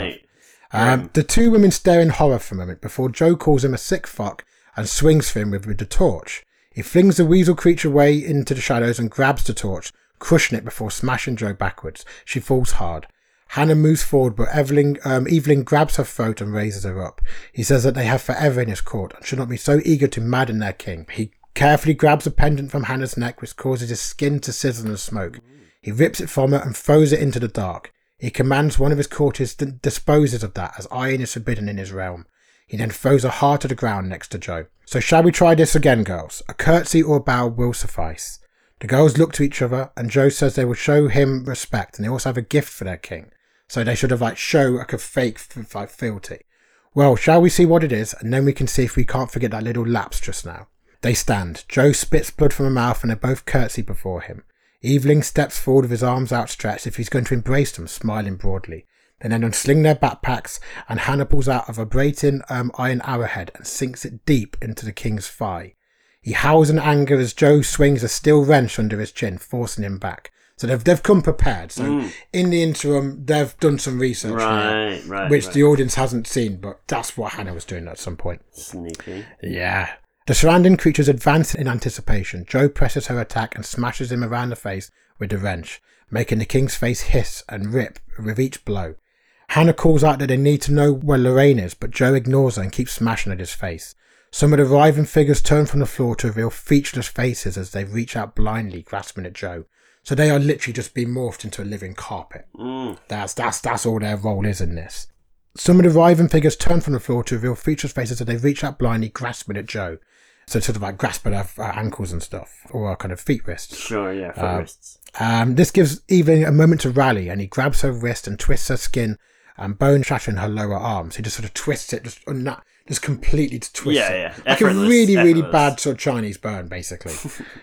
S3: Ah, Mate.
S2: Um, the two women stare in horror for a moment before Joe calls him a sick fuck and swings for him with, with the torch. He flings the weasel creature away into the shadows and grabs the torch, crushing it before smashing Joe backwards. She falls hard. Hannah moves forward, but Evelyn, um, Evelyn grabs her throat and raises her up. He says that they have forever in his court and should not be so eager to madden their king. He carefully grabs a pendant from Hannah's neck, which causes his skin to sizzle and smoke. He rips it from her and throws it into the dark. He commands one of his courtiers to disposes of that, as iron is forbidden in his realm. He then throws her hard to the ground next to Joe. So shall we try this again, girls? A curtsy or a bow will suffice. The girls look to each other, and Joe says they will show him respect, and they also have a gift for their king. So they should have like show like a fake f- like fealty. Well, shall we see what it is, and then we can see if we can't forget that little lapse just now. They stand. Joe spits blood from her mouth, and they both curtsy before him. Eveling steps forward with his arms outstretched, if he's going to embrace them, smiling broadly. They then unsling their backpacks, and Hannah pulls out a vibrating um, iron arrowhead and sinks it deep into the king's thigh. He howls in anger as Joe swings a steel wrench under his chin, forcing him back. So they've they've come prepared. So in the interim, they've done some research, here,
S3: Right, right.
S2: which
S3: right.
S2: the audience hasn't seen, but that's what Hannah was doing at some point.
S3: Sneaky.
S2: Yeah. The surrounding creatures advance in anticipation. Joe presses her attack and smashes him around the face with the wrench, making the king's face hiss and rip with each blow. Hannah calls out that they need to know where Lorraine is, but Joe ignores her and keeps smashing at his face. Some of the writhing figures turn from the floor to reveal featureless faces as they reach out blindly, grasping at Joe. So they are literally just being morphed into a living carpet. That's that's that's all their role is in this. Some of the writhing figures turn from the floor to reveal featureless faces as they reach out blindly, grasping at Joe. So it's sort of like grasping at her ankles and stuff, or her kind of feet wrists.
S3: Sure, yeah,
S2: Uh,
S3: forests.
S2: Um, this gives Evelyn a moment to rally, and he grabs her wrist and twists her skin and bone shattering her lower arms. He just sort of twists it, just unna- just completely to twist
S3: Yeah,
S2: it.
S3: yeah.
S2: Like a
S3: Effortless,
S2: really, really
S3: effortless.
S2: bad sort of Chinese burn, basically.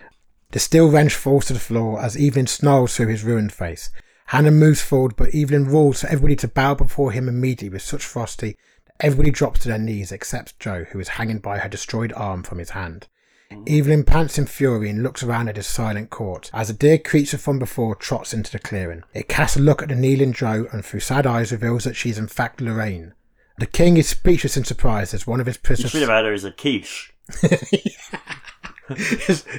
S2: the steel wrench falls to the floor as Evelyn snarls through his ruined face. Hannah moves forward, but Evelyn roars for everybody to bow before him immediately with such ferocity that everybody drops to their knees except Joe, who is hanging by her destroyed arm from his hand.
S3: Mm.
S2: Evelyn pants in fury and looks around at his silent court as a dear creature from before trots into the clearing. It casts a look at the kneeling Joe and through sad eyes reveals that she is in fact Lorraine. The king is speechless in surprise as one of his
S3: You
S2: prisoners.
S3: should have had her as a quiche.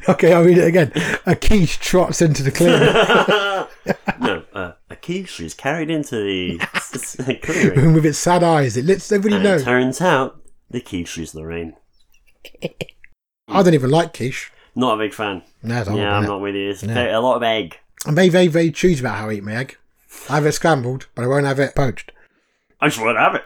S2: okay, I'll read it again. A quiche trots into the clearing
S3: No, uh, a quiche is carried into the clearing.
S2: with its sad eyes. It lets everybody
S3: And
S2: know.
S3: it turns out the quiche is Lorraine.
S2: I don't even like quiche.
S3: Not a big fan.
S2: No, it's horrible,
S3: Yeah, I'm
S2: innit?
S3: not with you. It's
S2: Yeah.
S3: a lot of egg.
S2: I'm very, very, very choosy about how I eat my egg. I have it scrambled, but I won't have it poached.
S3: I just won't have it.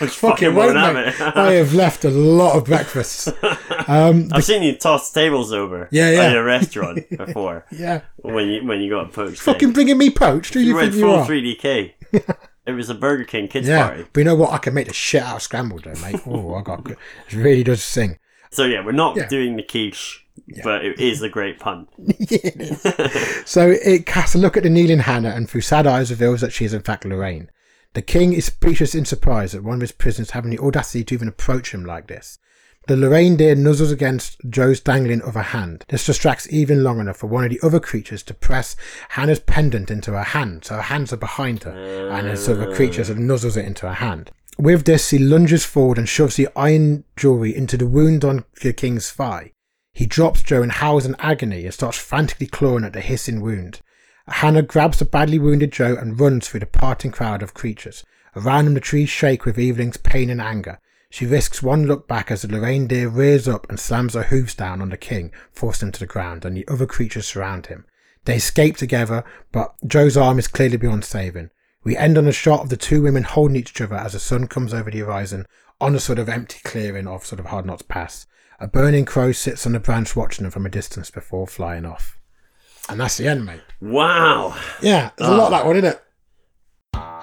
S3: I just
S2: Fuck it,
S3: fucking won't have
S2: mate.
S3: it.
S2: I have left a lot of breakfasts.
S3: I've seen you toss tables over
S2: Yeah, yeah.
S3: at a restaurant before
S2: Yeah.
S3: when you when you got poached.
S2: Fucking
S3: egg.
S2: bringing me poached? Who do
S3: you
S2: you
S3: went
S2: think you
S3: full
S2: are?
S3: 3DK. it was a Burger King kids
S2: Yeah,
S3: party.
S2: but you know what? I can make the shit out of scrambled though, mate. Oh, I got it. Really does sing.
S3: So yeah, we're not
S2: Yeah.
S3: doing the quiche, but it is a great pun.
S2: So it casts a look at the kneeling Hannah and through sad eyes reveals that she is in fact Lorraine. The king is speechless in surprise at one of his prisoners having the audacity to even approach him like this. The Lorraine deer nuzzles against Joe's dangling other hand. This distracts even long enough for one of the other creatures to press Hannah's pendant into her hand, so her hands are behind her, and the sort of creature sort of nuzzles it into her hand. With this, he lunges forward and shoves the iron jewelry into the wound on the king's thigh. He drops Joe and howls in agony and starts frantically clawing at the hissing wound. Hannah grabs the badly wounded Joe and runs through the parting crowd of creatures. Around him, the trees shake with Evelyn's pain and anger. She risks one look back as the Lorraine deer rears up and slams her hooves down on the king, forcing him to the ground, and the other creatures surround him. They escape together, but Joe's arm is clearly beyond saving. We end on a shot of the two women holding each other as the sun comes over the horizon on a sort of empty clearing of sort of Hard Knocks Pass. A burning crow sits on a branch watching them from a distance before flying off. And that's the end, mate.
S3: Wow.
S2: Yeah, there's a
S3: Ah.
S2: lot of that one, isn't it?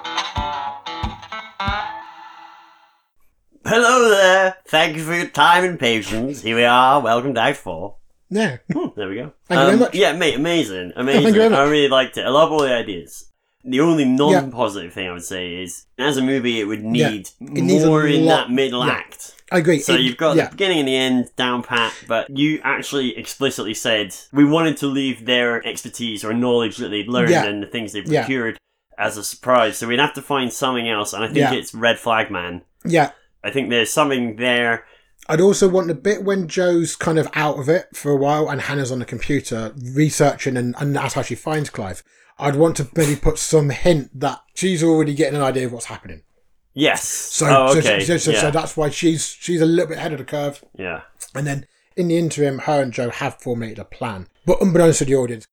S3: Hello there. Thank you for your time and patience. Here we are. Welcome to Act 4.
S2: Yeah.
S3: Hmm, there we go.
S2: Thank you very much.
S3: Yeah, mate, amazing.
S2: you
S3: Amazing.
S2: very much.
S3: I really liked it. I love all the ideas. The only non positive thing I would say is, as a movie, it would
S2: Yeah.
S3: need
S2: It needs a
S3: more in
S2: lot-
S3: that middle
S2: yeah.
S3: act.
S2: I agree.
S3: So
S2: It-
S3: you've got
S2: yeah.
S3: the beginning and the end down pat, but you actually explicitly said we wanted to leave their expertise or knowledge that they'd learned
S2: Yeah.
S3: and the things they
S2: Yeah.
S3: procured as a surprise. So we'd have to find something else, and I think
S2: Yeah.
S3: it's Red Flag Man.
S2: Yeah.
S3: I think there's something there.
S2: I'd also want the bit when Joe's kind of out of it for a while and Hannah's on the computer researching, and, and that's how she finds Clive. I'd want to maybe put some hint that she's already getting an idea of what's happening.
S3: Yes.
S2: So,
S3: oh,
S2: so-
S3: okay.
S2: so, so,
S3: yeah.
S2: so that's why she's she's a little bit ahead of the curve.
S3: yeah.
S2: And then in the interim, her and Joe have formulated a plan, but unbeknownst to the audience,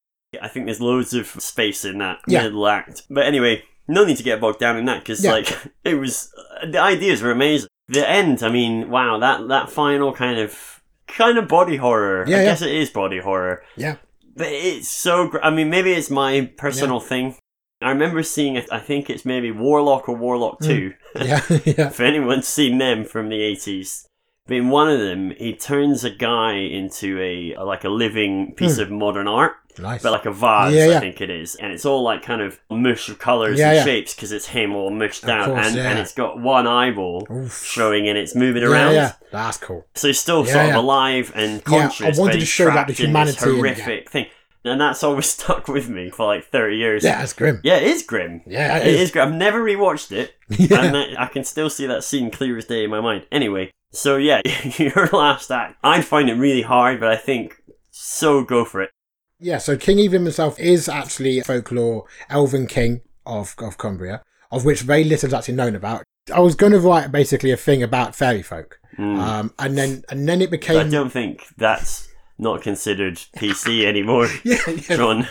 S3: I think there's loads of space in that
S2: Yeah.
S3: middle act. But anyway, no need to get bogged down in that because
S2: Yeah.
S3: like it was the ideas were amazing. The end, I mean, wow, that that final kind of kind of body horror.
S2: Yeah,
S3: I
S2: yeah.
S3: guess it is body horror.
S2: yeah,
S3: But it's so. Gr- I mean, maybe it's my personal thing. I remember seeing. I think it's maybe Warlock or Warlock
S2: Mm.
S3: Two.
S2: yeah, yeah,
S3: If anyone's seen them from the eighties, but in one of them, he turns a guy into a like a living
S2: Mm.
S3: piece of modern art.
S2: nice.
S3: But like a vase,
S2: Yeah, yeah.
S3: I think it is, and it's all like kind of mush of colors
S2: Yeah,
S3: and
S2: yeah.
S3: shapes because it's him all mushed down,
S2: course,
S3: and,
S2: yeah.
S3: and it's got one eyeball
S2: Oof.
S3: showing and it's moving
S2: yeah,
S3: around.
S2: yeah, that's cool.
S3: So he's still
S2: Yeah,
S3: sort
S2: yeah.
S3: of alive and conscious.
S2: I
S3: but
S2: wanted to
S3: he's
S2: show that
S3: trapped
S2: the
S3: in this
S2: humanity in-
S3: horrific thing, and that's always stuck with me for like thirty years.
S2: Yeah, that's grim.
S3: Yeah, it is grim.
S2: Yeah, it
S3: it
S2: is.
S3: is. grim. I've never rewatched it,
S2: Yeah.
S3: and I, I can still see that scene clear as day in my mind. Anyway, so yeah, your last act. I'd find it really hard, but I think so go for it.
S2: Yeah, so King Evin himself is actually a folklore elven king of, of Cumbria, of which very little is actually known about. I was going to write basically a thing about fairy folk,
S3: Hmm.
S2: um, and then and then
S3: I
S2: it became
S3: don't think that's not considered PC anymore,
S2: yeah, yeah.
S3: John.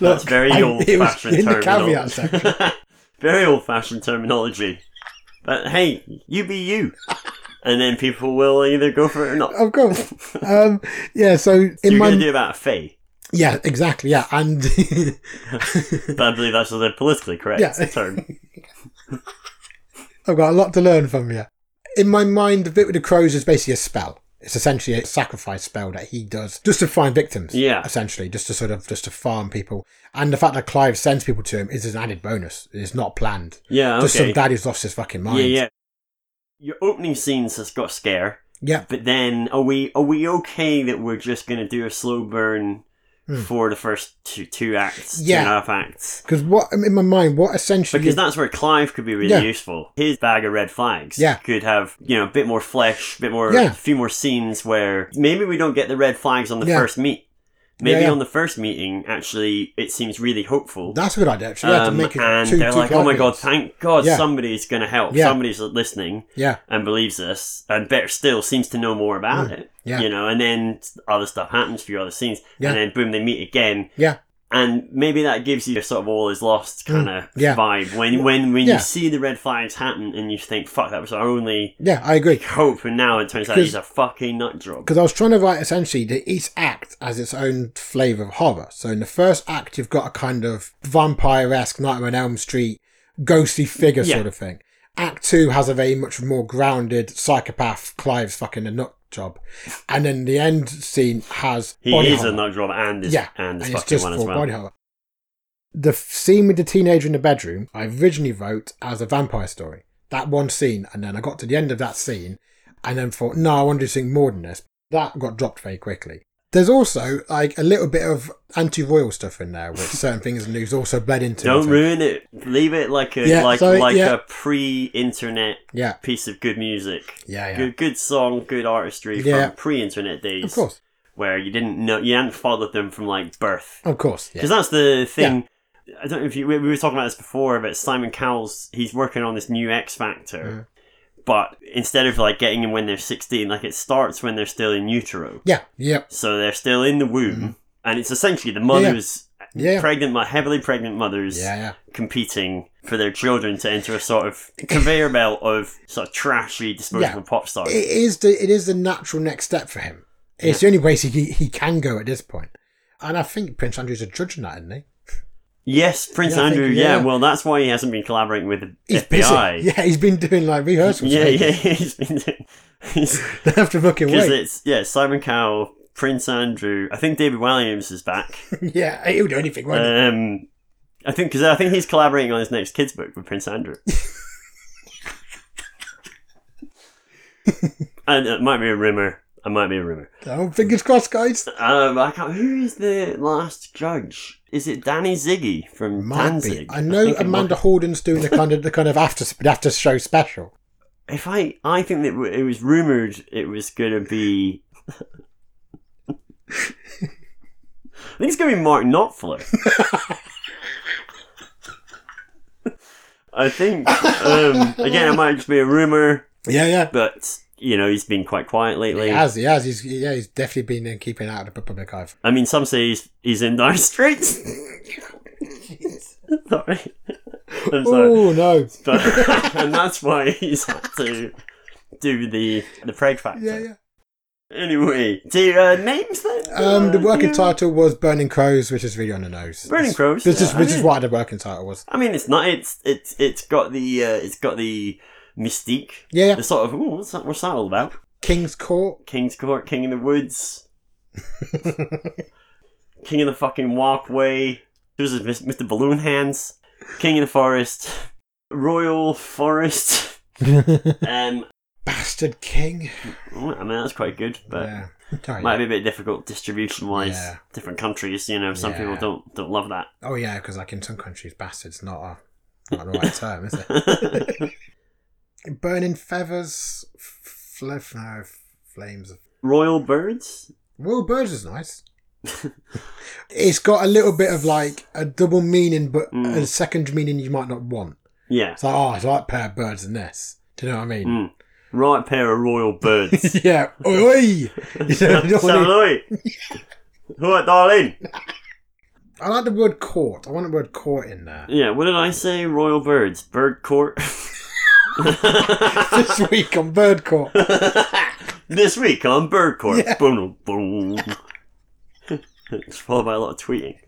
S2: Look,
S3: That's very
S2: I-
S3: old
S2: it was
S3: fashioned
S2: in the caveat
S3: terminology. very old fashioned terminology. But hey, you be you. and then people will either go for it or not.
S2: Of course, um, yeah. So in
S3: You're
S2: my
S3: going to do about a Fae.
S2: yeah, exactly, yeah, and
S3: But I believe that's the politically correct
S2: Yeah.
S3: term.
S2: I've got a lot to learn from you. In my mind, the bit with the crows is basically a spell. It's essentially a sacrifice spell that he does just to find victims.
S3: Yeah.
S2: Essentially, just to sort of just to farm people. And the fact that Clive sends people to him is an added bonus. It's not planned.
S3: Yeah,
S2: Just some
S3: okay.
S2: dad who's lost his fucking mind.
S3: Yeah, yeah. Your opening scenes has got a scare.
S2: Yeah.
S3: But then, are we are we okay that we're just going to do a slow burn for the first two two acts,
S2: Hmm. Yeah.
S3: two and a half acts?
S2: Because what in my mind, what essentially
S3: Because that's where Clive could be really
S2: Yeah.
S3: useful. His bag of red flags
S2: Yeah.
S3: could have you know a bit more flesh, bit more,
S2: Yeah.
S3: a few more scenes where maybe we don't get the red flags on the
S2: Yeah.
S3: first meet. Maybe
S2: Yeah, yeah.
S3: on the first meeting, actually, it seems really hopeful.
S2: that's a good idea actually. Yeah, to
S3: Um,
S2: make it
S3: and
S2: two,
S3: they're
S2: two
S3: like, "Oh my
S2: Clive
S3: god!
S2: meets.
S3: Thank God
S2: Yeah.
S3: somebody's going to help.
S2: Yeah.
S3: Somebody's listening."
S2: Yeah.
S3: and believes us, and better still, seems to know more about it.
S2: yeah.
S3: You know, and then other stuff happens for your other scenes,
S2: Yeah.
S3: and then boom, they meet again,
S2: Yeah.
S3: and maybe that gives you a sort of all is lost kind of
S2: Mm. yeah.
S3: vibe when when when
S2: Yeah.
S3: you see the red flags happen and you think, "Fuck, that was our only
S2: Yeah, I agree.
S3: hope," and now it turns out
S2: 'Cause-
S3: he's a fucking nut job.
S2: Because I was trying to write essentially that each act has its own flavour of horror. So in the first act, you've got a kind of vampire esque Nightmare on Elm Street ghostly figure
S3: Yeah.
S2: sort of thing. Act two has a very much more grounded psychopath Clive's fucking a nut job. And then the end scene has.
S3: He
S2: body
S3: is
S2: horror.
S3: a nut job and is
S2: Yeah,
S3: and is
S2: and it's
S3: fucking
S2: just
S3: one as
S2: for
S3: well.
S2: body horror. The f- scene with the teenager in the bedroom, I originally wrote as a vampire story. That one scene, and then I got to the end of that scene, and then thought, no, I want to do something more than this. That got dropped very quickly. There's also like a little bit of anti-royal stuff in there, which certain things in the news also bled into.
S3: Don't
S2: So-
S3: ruin it. Leave it like a
S2: Yeah,
S3: like
S2: sorry,
S3: like
S2: yeah.
S3: a pre-internet
S2: Yeah,
S3: piece of good music.
S2: yeah, yeah.
S3: Good, good song, good artistry
S2: Yeah.
S3: from pre-internet days,
S2: Of course,
S3: where you didn't know, you hadn't followed them from like birth,
S2: of course. Yeah,
S3: because that's the thing. I don't know if you, we, we were talking about this before, but Simon Cowell's he's working on this new X
S2: Mm-hmm.
S3: Factor, but instead of like getting him when they're sixteen, like it starts when they're still in utero,
S2: yeah, yeah.
S3: so they're still in the womb. and it's essentially the mothers,
S2: Mm-hmm. Yeah.
S3: pregnant, mo- heavily pregnant mothers,
S2: Yeah, yeah.
S3: competing for their children to enter a sort of conveyor belt of sort of trashy disposable pop stars.
S2: It is the it is the natural next step for him. It's the only place he he can go at this point. And I think Prince Andrew's a judge in that, isn't he?
S3: yes, Prince
S2: Yeah, I think-
S3: Andrew. yeah.
S2: yeah.
S3: well, that's why he hasn't been collaborating with the
S2: He's
S3: FBI.
S2: busy. Yeah, he's been doing like rehearsals.
S3: yeah,
S2: mate.
S3: yeah, he's been. He's,
S2: Left and fucking
S3: Because
S2: away.
S3: it's yeah, Simon Cowell, Prince Andrew. I think David Williams is back.
S2: yeah, he'll do anything. won't he?
S3: um, I think because I think he's collaborating on his next kids book with Prince Andrew. and it might be a rumor. It might be a rumor.
S2: Oh, fingers crossed, guys.
S3: Um, I can't. Who is the last judge? Is it Danny Ziggy from
S2: Might be.
S3: Danzig?
S2: I know
S3: think it
S2: Amanda
S3: might-
S2: Horden's doing the kind of the kind of after after show special.
S3: If I, I think that it was rumored it was gonna be. I think it's gonna be Mark Knopfler. I think um, again it might just be a rumor,
S2: Yeah, yeah.
S3: but you know he's been quite quiet lately.
S2: He has, he has. He's yeah, he's definitely been in keeping out of the public eye.
S3: I mean, some say he's, he's in Dire Straits. sorry, I'm sorry.
S2: Oh no.
S3: But, and that's why he's had to do the the preg factor.
S2: Yeah, yeah.
S3: Anyway, do uh, names then?
S2: Um, the
S3: Uh,
S2: working
S3: yeah.
S2: title was Burning Crows, which is really on the nose.
S3: Burning Crows.
S2: This is
S3: yeah,
S2: which
S3: I
S2: is
S3: mean-
S2: why the working title was.
S3: I mean, it's not. It's it's it's got the uh, it's got the mystique.
S2: Yeah, yeah.
S3: The sort of ooh, what's that? What's that all about?
S2: King's Court.
S3: King's Court, King in the Woods, King in the fucking walkway. There's a Mis- Mr. Balloon Hands, King in the Forest, Royal Forest. Um,
S2: Bastard King.
S3: I mean that's quite good, but
S2: yeah. Sorry.
S3: might be a bit difficult distribution wise.
S2: Yeah.
S3: Different countries, you know, some
S2: Yeah.
S3: people don't don't love that.
S2: Oh yeah, because like in some countries, bastard's not a not the right term, is it? Burning feathers, fl- no, flames. Of-
S3: Royal birds?
S2: Royal birds is nice. it's got a little bit of like a double meaning, but
S3: Mm.
S2: a second meaning you might not want.
S3: Yeah.
S2: It's like, oh, it's like pair of birds and this. Do you know what I mean?
S3: Mm. Right pair of royal birds.
S2: yeah. Oi, oi. You know, you know what I mean?
S3: Salute. Right, darling.
S2: I like the word court. I want the word court in there.
S3: Yeah, what did I say? Royal birds. Bird court.
S2: this week on Bird Court.
S3: this week on Bird Court.
S2: Yeah.
S3: Boom, boom. it's followed by a lot of tweeting.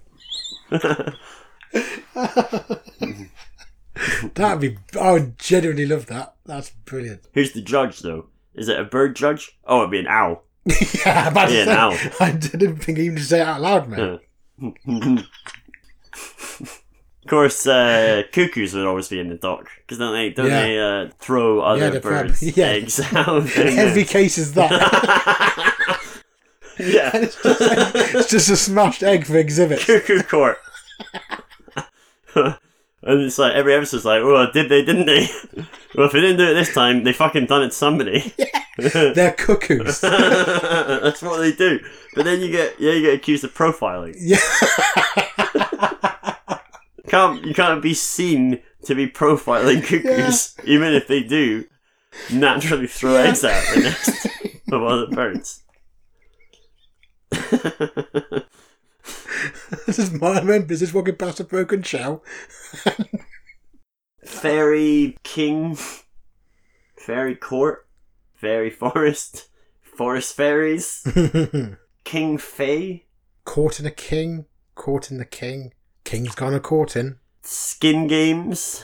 S2: That'd be. I would genuinely love that. That's brilliant.
S3: Who's the judge, though? Is it a bird judge? Oh, it'd be an owl.
S2: Yeah, I'm about to
S3: Yeah,
S2: say-
S3: now.
S2: I didn't think even to say it out loud, man.
S3: Yeah. of course, uh, cuckoos would always be in the dock because don't they? Don't
S2: Yeah.
S3: they uh, throw other
S2: they prob-
S3: birds'
S2: yeah.
S3: eggs out? and-
S2: Every case is that.
S3: yeah,
S2: it's, just like- it's just a smashed egg for exhibit.
S3: cuckoo court. and it's like every episode's like, well, did they? Didn't they? well, if they didn't do it this time, they fucking done it to somebody.
S2: They're cuckoos.
S3: That's what they do. But then you get yeah, you get accused of profiling.
S2: Yeah.
S3: can't you can't be seen to be profiling cuckoos, even if they do naturally throw
S2: Yeah.
S3: eggs out the nest of other birds.
S2: this is my own business walking past a broken shell.
S3: Fairy king, fairy court, fairy forest, forest fairies, king fay,
S2: Courting a king. Courting the king. King's gone a courting.
S3: skin games,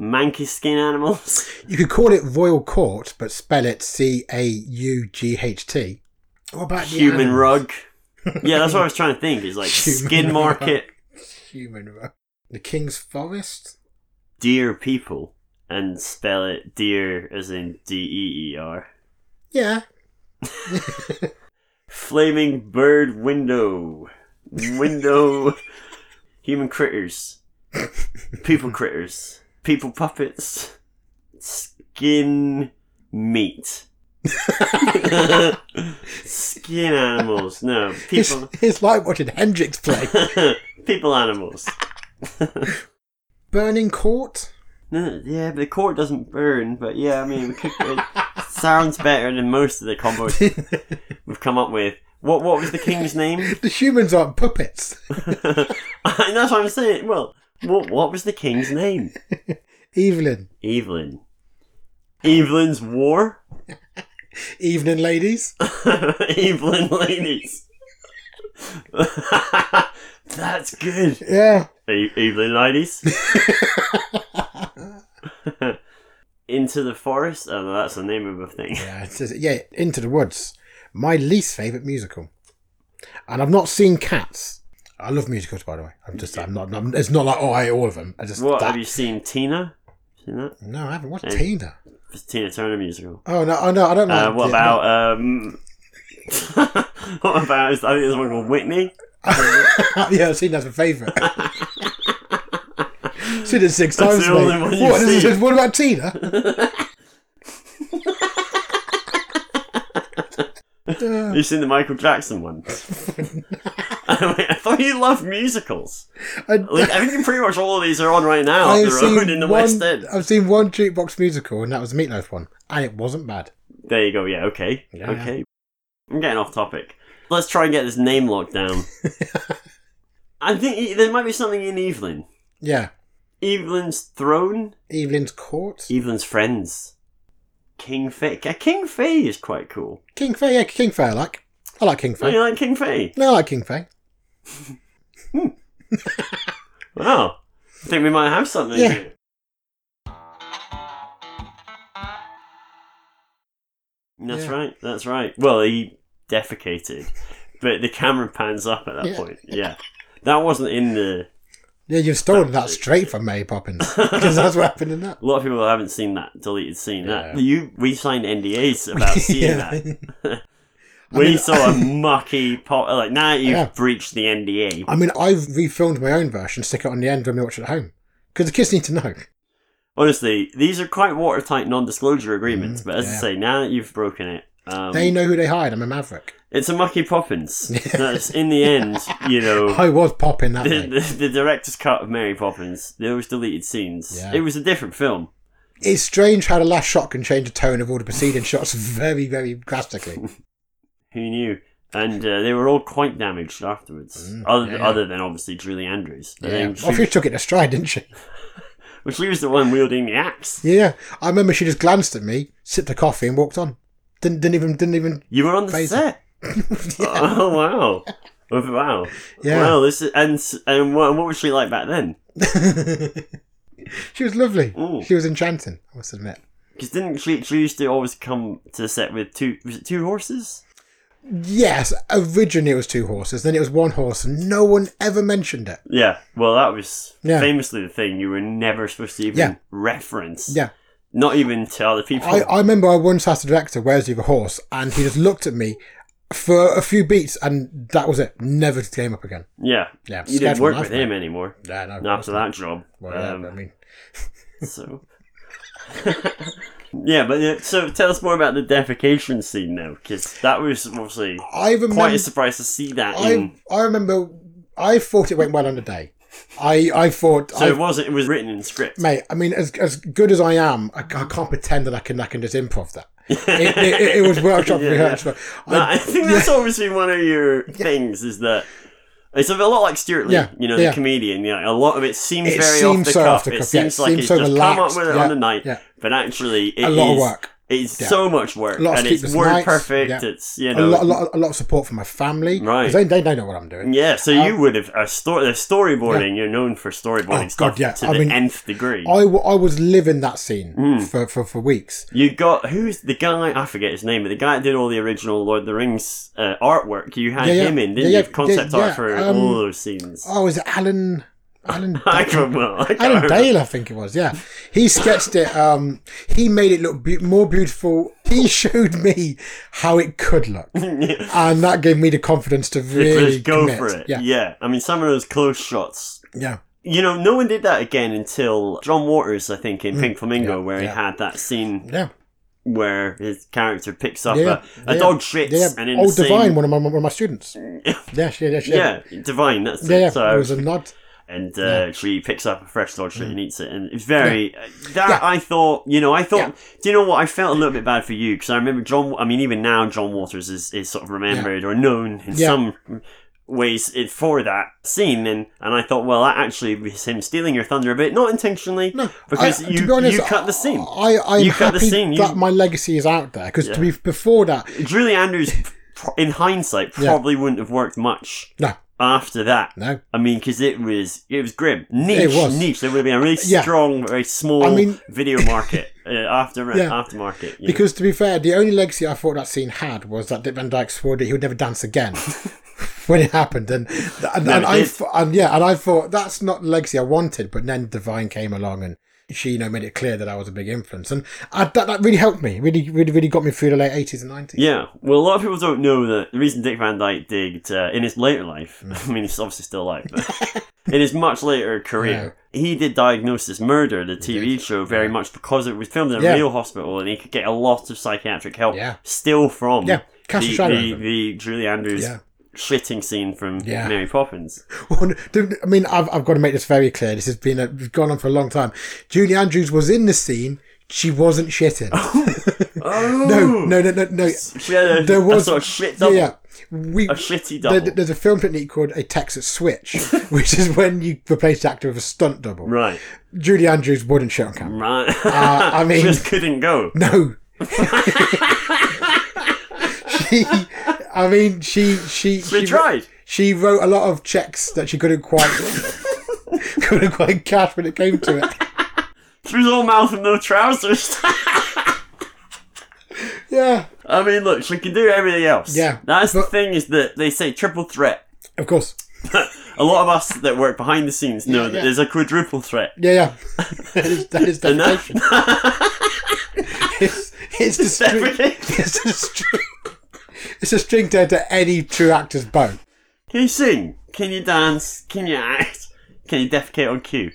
S3: manky skin animals.
S2: You could call it Royal Court, but spell it C A U G H T. What about the
S3: human
S2: animals?
S3: rug. Yeah, that's what I was trying to think. It's like
S2: Human
S3: skin
S2: rug.
S3: market,
S2: Human rug. The King's Forest?
S3: dear people, and spell it dear as in D E E R.
S2: Yeah.
S3: Flaming bird window, window, human critters, people critters, people puppets, skin meat. skin animals, no
S2: It's,
S3: people,
S2: it's like watching Hendrix play.
S3: people animals.
S2: Burning Court?
S3: No, yeah, but the court doesn't burn, but yeah, I mean, we could, it sounds better than most of the combos we've come up with. What what was the king's name?
S2: The humans aren't puppets.
S3: and that's what I'm saying. Well, what what was the king's name?
S2: Evelyn.
S3: Evelyn. Evelyn's War.
S2: Evening, ladies.
S3: Evelyn ladies. That's good.
S2: Yeah.
S3: E- Evelyn ladies. Into the forest. Oh, that's the name of a thing.
S2: Yeah, it says, yeah, Into the Woods. My least favourite musical. And I've not seen Cats. I love musicals, by the way. I'm just, I'm not, I'm, it's not like, oh, I hate all of them. I just,
S3: What
S2: that-
S3: have you seen? Tina. Seen that?
S2: No, I haven't. What's
S3: Hey.
S2: Tina?
S3: It's a Tina Turner musical.
S2: Oh, no, oh, no, I don't know.
S3: Uh, what about um? what about? I think there's one called Whitney.
S2: yeah, I've seen that's my favourite. seen it six
S3: That's
S2: times.
S3: the
S2: mate.
S3: only one you've
S2: what, is it
S3: seen.
S2: just- what about Tina? Uh,
S3: Have you seen the Michael Jackson one? I thought you loved musicals.
S2: I,
S3: Like, I think pretty much all of these are on right now.
S2: I have
S3: They're on
S2: seen
S3: in the
S2: one,
S3: West End.
S2: I've seen one jukebox musical, and that was the Meatloaf one, and it wasn't bad.
S3: There you go. Yeah. Okay.
S2: Yeah.
S3: Okay. I'm getting off topic. Let's try and get this name locked down. I think e- there might be something in Evelyn.
S2: Yeah,
S3: Evelyn's throne.
S2: Evelyn's Court,
S3: Evelyn's friends. King Faye. K- King Faye is quite cool.
S2: King Fay. Yeah, King Fay. I like. I like King
S3: Don't
S2: Fay.
S3: you like King Faye?
S2: No, I like King Fay.
S3: Wow. I think we might have something.
S2: Yeah.
S3: here. That's
S2: Yeah.
S3: right. That's right. Well, he defecated, but the camera pans up at that
S2: Yeah.
S3: point. Yeah. That wasn't in the.
S2: Yeah, you've stolen that straight from Mary Poppins because that's what happened in that.
S3: A lot of people haven't seen that deleted scene. That
S2: Yeah.
S3: you we signed NDAs about seeing that.
S2: I
S3: We
S2: mean-
S3: saw a mucky pot. Like now you've
S2: Yeah.
S3: breached the NDA.
S2: I mean, I've refilmed my own version, stick it on the end when we watch it at home because the kids need to know.
S3: Honestly, these are quite watertight non-disclosure agreements.
S2: Mhm,
S3: but as I
S2: yeah.
S3: say, now that you've broken it, um,
S2: they know who they hired. I'm a maverick.
S3: It's a Mucky Poppins. That's in the end, you know.
S2: I was popping that.
S3: The,
S2: night.
S3: the, the director's cut of Mary Poppins, those deleted scenes.
S2: Yeah.
S3: It was a different film.
S2: It's strange how the last shot can change the tone of all the preceding shots very, very drastically.
S3: Who knew? And uh, they were all quite damaged afterwards.
S2: Mm,
S3: other,
S2: yeah.
S3: other than obviously Julie Andrews. I
S2: Yeah.
S3: think
S2: Well, she
S3: she,
S2: took it in stride, didn't she?
S3: well, she was the one wielding the axe.
S2: Yeah, I remember she just glanced at me, sipped a coffee, and walked on. Didn't, didn't even, didn't even.
S3: You were on the
S2: Amazing.
S3: set. Oh wow! Oh, Wow!
S2: Yeah.
S3: Wow! This is, and and what, what was she like back then?
S2: she was lovely.
S3: Ooh.
S2: She was enchanting. I must admit.
S3: Because didn't she, she used to always come to the set with two was it two horses?
S2: Yes, originally it was two horses, then it was one horse, and no one ever mentioned it.
S3: Yeah, well, that was
S2: Yeah.
S3: famously the thing you were never supposed to even
S2: Yeah.
S3: reference.
S2: Yeah.
S3: Not even to other people.
S2: I, I remember I once asked the director, "Where's the other horse?" and he just looked at me for a few beats, and that was it. Never came up again.
S3: yeah.
S2: Yeah,
S3: You
S2: scared
S3: didn't
S2: my
S3: work
S2: life,
S3: with
S2: mate.
S3: him anymore
S2: Yeah, no.
S3: after that job.
S2: Well, yeah,
S3: Um,
S2: I mean,
S3: so. yeah, but uh, so tell us more about the defecation scene now, because that was obviously
S2: I remember.
S3: quite a mm. surprise to see that
S2: I
S3: in.
S2: I remember. I thought it went well on the day. I I thought.
S3: So
S2: I,
S3: it was it was written in script.
S2: Mate, I mean, as as good as I am, I, ca- I can't pretend that I can I can just improv that. It, it, it, was workshop
S3: Yeah,
S2: rehearsal.
S3: No, I think that's always been one of your things is that it's a lot like Stuart Lee,
S2: Yeah,
S3: you know,
S2: yeah.
S3: the comedian. You know, a lot of it seems
S2: It
S3: very off
S2: seems
S3: the
S2: so
S3: cuff.
S2: off the
S3: it
S2: cuff, yeah, it
S3: seems like
S2: seems
S3: it's
S2: so
S3: just come up
S2: relaxed,
S3: with it
S2: yeah,
S3: on the night,
S2: yeah.
S3: but actually, it
S2: A lot of
S3: is-
S2: work.
S3: It's
S2: Yeah.
S3: so much work,
S2: A lot of
S3: and it's
S2: sleepless
S3: word
S2: nights,
S3: perfect.
S2: yeah.
S3: It's you
S2: a
S3: know,
S2: lot, a lot, a lot of support from my family. 'cause
S3: Right.
S2: They, they they know what I'm doing.
S3: yeah. So you would have a story. The storyboarding, you're known for storyboarding
S2: Um, Oh,
S3: stuff
S2: God, yeah.
S3: to
S2: I
S3: the
S2: mean,
S3: nth degree.
S2: I, w- I was living that scene
S3: Hmm.
S2: for, for, for weeks.
S3: you got who's the guy? I forget his name, but the guy that did all the original Lord of the Rings uh, artwork. You had
S2: Yeah, yeah.
S3: him in,
S2: Yeah,
S3: didn't
S2: yeah,
S3: you? Concept
S2: yeah,
S3: art
S2: yeah,
S3: for
S2: um,
S3: all those scenes.
S2: Oh, is it Alan? Alan.
S3: I can't well, I can't
S2: Alan
S3: remember.
S2: Dale, I think it was. Yeah, he sketched it. Um, he made it look be- more beautiful. He showed me how it could look, and that gave me the confidence to really
S3: just go
S2: commit.
S3: for it. Yeah.
S2: Yeah,
S3: I mean, some of those close shots.
S2: yeah,
S3: You know, no one did that again until John Waters, I think, in Pink Flamingo,
S2: Mm. yeah,
S3: where he
S2: yeah.
S3: had that scene
S2: yeah.
S3: where his character picks up
S2: yeah,
S3: a, a
S2: yeah.
S3: dog shits
S2: Yeah.
S3: and in
S2: oh,
S3: the same,
S2: Divine, one of my one of my students. yeah, she, yeah, she,
S3: yeah, divine. That's
S2: yeah,
S3: it.
S2: yeah.
S3: So
S2: it was a nod.
S3: and uh,
S2: Yeah. Mm.
S3: she picks up a fresh dog shit and eats it, and it's very. uh, That
S2: Yeah.
S3: I thought, you know, I thought.
S2: Yeah.
S3: Do you know what? I felt a little bit bad for you because I remember John. I mean, even now, John Waters is, is sort of remembered or known in
S2: Yeah.
S3: some ways it, for that scene, and and I thought, well, that actually is him stealing your thunder a bit, not intentionally,
S2: No,
S3: because
S2: I-
S3: you
S2: to be honest, uh,
S3: you cut the scene.
S2: I, I'm
S3: You cut
S2: happy
S3: the scene, you-
S2: that my legacy is out there because
S3: Yeah.
S2: to be before that,
S3: Julie Andrews, pro- in hindsight,
S2: Yeah.
S3: probably wouldn't have worked much
S2: no,
S3: after that.
S2: no.
S3: I mean, because it was it was grim, niche,
S2: It was.
S3: niche. There would have been a really
S2: Yeah.
S3: strong, very small
S2: I mean-
S3: video market uh, after
S2: Yeah.
S3: aftermarket. you know.
S2: Because to be fair, the only legacy I thought that scene had was that Dick Van Dyke swore that he would never dance again when it happened, and and, and
S3: Never
S2: I
S3: did.
S2: th- and yeah, and I thought that's not the legacy I wanted. But then Divine came along and. She, you know, made it clear that I was a big influence, and I, that, that really helped me. Really, really, really got me through the late eighties and nineties.
S3: yeah, well, a lot of people don't know that the reason Dick Van Dyke did uh, in his later life.
S2: Mm.
S3: I mean, he's obviously still alive, but in his much later career, he did Diagnosis Murder, the TV show, very much because it was filmed in a
S2: Yeah.
S3: real hospital, and he could get a lot of psychiatric help
S2: Yeah.
S3: still from
S2: Yeah, cast a
S3: the,
S2: shadow
S3: the,
S2: over.
S3: the Julie Andrews
S2: Yeah.
S3: shitting scene from
S2: Yeah.
S3: Mary Poppins.
S2: Well, do- I mean, I've, I've got to make this very clear. This has been a, gone on for a long time. Julie Andrews was in the scene. She wasn't shitting.
S3: Oh
S2: no, no, no, no, no.
S3: She had a,
S2: There
S3: a
S2: was
S3: sort of shit double,
S2: Yeah, we.
S3: a shitty double.
S2: There, there's a film technique called a Texas switch, which is when you replace the actor with a stunt double.
S3: right,
S2: Julie Andrews wouldn't shit on camera.
S3: right.
S2: Uh, I mean,
S3: just couldn't go.
S2: no. she, I mean, she, she,
S3: She tried.
S2: She wrote a lot of checks that she couldn't quite, couldn't quite cash when it came to it.
S3: She was all mouth and no trousers.
S2: Yeah,
S3: I mean, look, she can do everything else.
S2: Yeah,
S3: that's the
S2: but-
S3: thing is that they say triple threat.
S2: of course.
S3: A lot of us that work behind the scenes know that
S2: yeah.
S3: there's a quadruple threat.
S2: Yeah, yeah. that is, that is
S3: And that-
S2: dedication. it's, it's the string.
S3: Definitely.
S2: It's a string. It's a string tied to any true actor's bow.
S3: Can you sing? Can you dance? Can you act? Can you defecate on cue?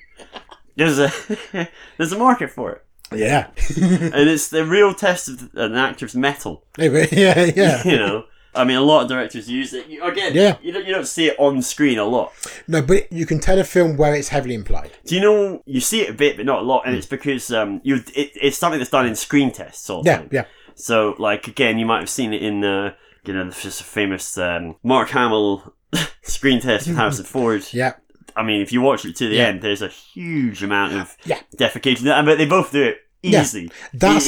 S3: There's a there's a market for it,
S2: Yeah.
S3: and it's the real test of an actor's metal.
S2: Anyway, yeah, yeah.
S3: you know. I mean, a lot of directors use it. You, again,
S2: Yeah.
S3: you, don't, you don't see it on screen a lot.
S2: No, but you can tell a film where it's heavily implied.
S3: Do you know, you see it a bit, but not a lot,
S2: Hmm.
S3: and it's because um, you it, it's something that's done in screen tests all the
S2: Yeah,
S3: time.
S2: yeah.
S3: So, like, again, you might have seen it in, uh, you know, the f- famous um, Mark Hamill screen test of Harrison Ford.
S2: Yeah.
S3: I mean, if you watch it to the
S2: Yeah.
S3: end, there's a huge amount of
S2: Yeah.
S3: defecation, but they both do it
S2: Yeah.
S3: easy.
S2: That's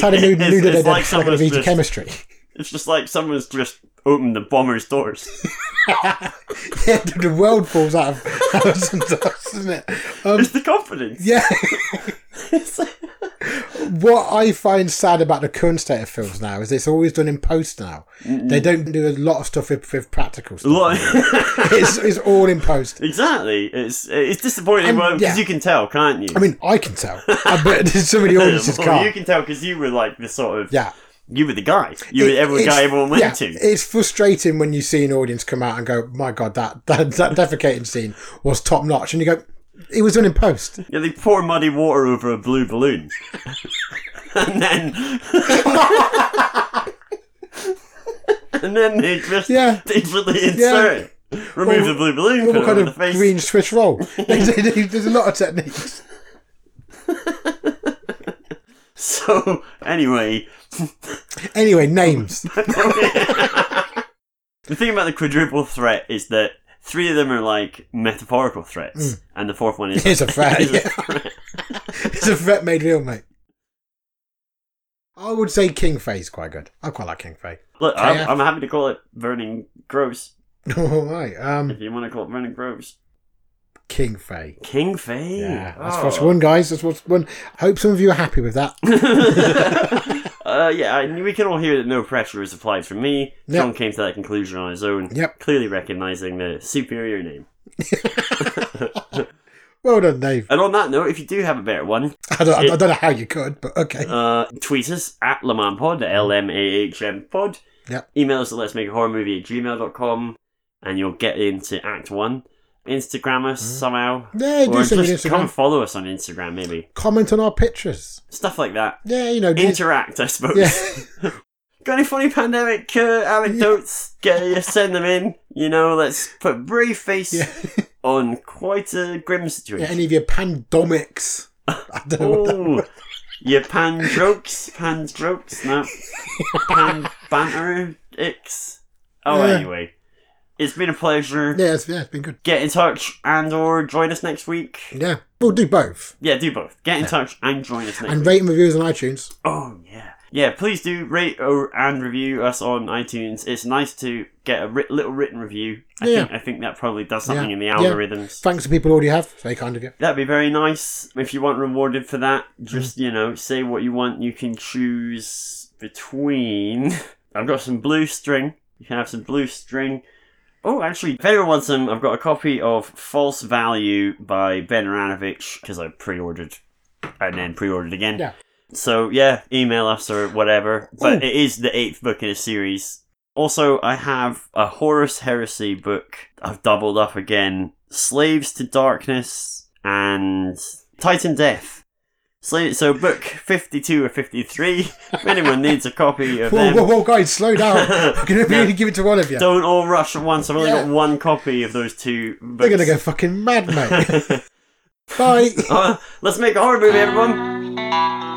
S2: how the new,
S3: It-
S2: new
S3: it's-
S2: did
S3: it's
S2: it
S3: like
S2: like
S3: someone's just-
S2: chemistry.
S3: It's just like someone's just opened the bomber's doors.
S2: yeah, the world falls out of Alison Dust, doesn't it? Um,
S3: it's the confidence.
S2: yeah. what I find sad about the current state of films now is it's always done in post now. They don't do a lot of stuff with, with practical
S3: A
S2: stuff.
S3: lot.
S2: it's, it's all in post.
S3: Exactly. It's it's disappointing
S2: And-
S3: because
S2: yeah.
S3: you can tell, can't you?
S2: I mean, I can tell, I bet some of the audiences
S3: Well, you
S2: can't.
S3: can tell because you were like the sort of
S2: Yeah.
S3: You were the guy. You were
S2: It-
S3: every
S2: it's-
S3: guy everyone went
S2: yeah,
S3: to.
S2: It's frustrating when you see an audience come out and go, "My God, that that, that defecating scene was top notch," and you go, "It was done in post."
S3: Yeah, they pour muddy water over a blue balloon, and then. And then they just
S2: Yeah.
S3: digitally insert it. Remove
S2: Or-
S3: the blue balloon, put
S2: What
S3: it
S2: kind
S3: over the
S2: of
S3: face.
S2: green Swiss roll? There's a lot of techniques.
S3: So, anyway,
S2: Anyway, names.
S3: The thing about the quadruple threat is that three of them are like metaphorical threats, and the fourth one is
S2: Mm. It's a threat.
S3: is a
S2: yeah. it's a threat made real, mate. I would say King Faye's quite good. I quite like King Faye.
S3: Look,
S2: KF.
S3: I'm, I'm happy to call it Vernon Groves.
S2: All right, um,
S3: If you want to call it Vernon Groves,
S2: King Faye.
S3: King Faye.
S2: Yeah, that's
S3: oh.
S2: what's one, guys. That's what's one. I hope some of you are happy with that.
S3: uh, yeah, I, we can all hear that no pressure is applied from me.
S2: Yep.
S3: John came to that conclusion on his own.
S2: Yep.
S3: Clearly recognizing the superior name.
S2: Well done, Dave.
S3: And on that note, if you do have a better one,
S2: I don't, I don't know how you could, but okay.
S3: uh, tweet us at LamanPod, L M A H M Pod.
S2: Yep.
S3: Email us at let's make a horror movie at gmail.com and you'll get into Act 1. Instagram us somehow.
S2: Mm. Yeah, do
S3: or
S2: something
S3: just
S2: on Instagram.
S3: come follow us on Instagram, maybe.
S2: Comment on our pictures.
S3: Stuff like that.
S2: Yeah, you know. do-
S3: Interact, I suppose.
S2: yeah.
S3: Got any funny pandemic uh, anecdotes? Get, send them in. You know, let's put brave face
S2: yeah.
S3: on quite a grim
S2: Yeah,
S3: situation.
S2: any of your pandomics? I don't know what that-
S3: Ooh, your pan jokes, pan jokes, no, pan banter, icks. Oh,
S2: Yeah.
S3: anyway, it's been a pleasure.
S2: yeah, it's, yeah, it's been good.
S3: Get in touch and or join us next week.
S2: Yeah, we'll do both.
S3: Yeah, do both. Get in touch and join us next
S2: And
S3: week.
S2: rate and reviews on iTunes.
S3: Oh yeah, yeah. Please do rate or, and review us on iTunes. It's nice to get a writ- little written review. I
S2: Yeah.
S3: think I think that probably does something
S2: Yeah.
S3: in the
S2: Yeah.
S3: algorithms.
S2: Thanks to people already have. So they kind of get.
S3: That'd be very nice. If you want rewarded for that,
S2: Mm.
S3: just you know, say what you want. You can choose between. I've got some blue string. You can have some blue string. Oh, actually, if anyone wants some, I've got a copy of False Value by Ben Ranovich because I pre-ordered and then pre-ordered again.
S2: Yeah.
S3: So yeah, email us or whatever. But
S2: Ooh.
S3: it is the eighth book in a series. Also, I have a Horus Heresy book. I've doubled up again. Slaves to Darkness and Titan Death. Sla- So book fifty-two or fifty-three. If anyone needs a copy of
S2: Whoa,
S3: them,
S2: whoa, whoa, guys, slow down. We're going to
S3: No.
S2: really give it to one of you.
S3: don't all rush at once. I've only
S2: Yeah.
S3: got one copy of those two.
S2: They're
S3: Books.
S2: going to go fucking mad, mate. Bye.
S3: Uh, let's make a horror movie, everyone.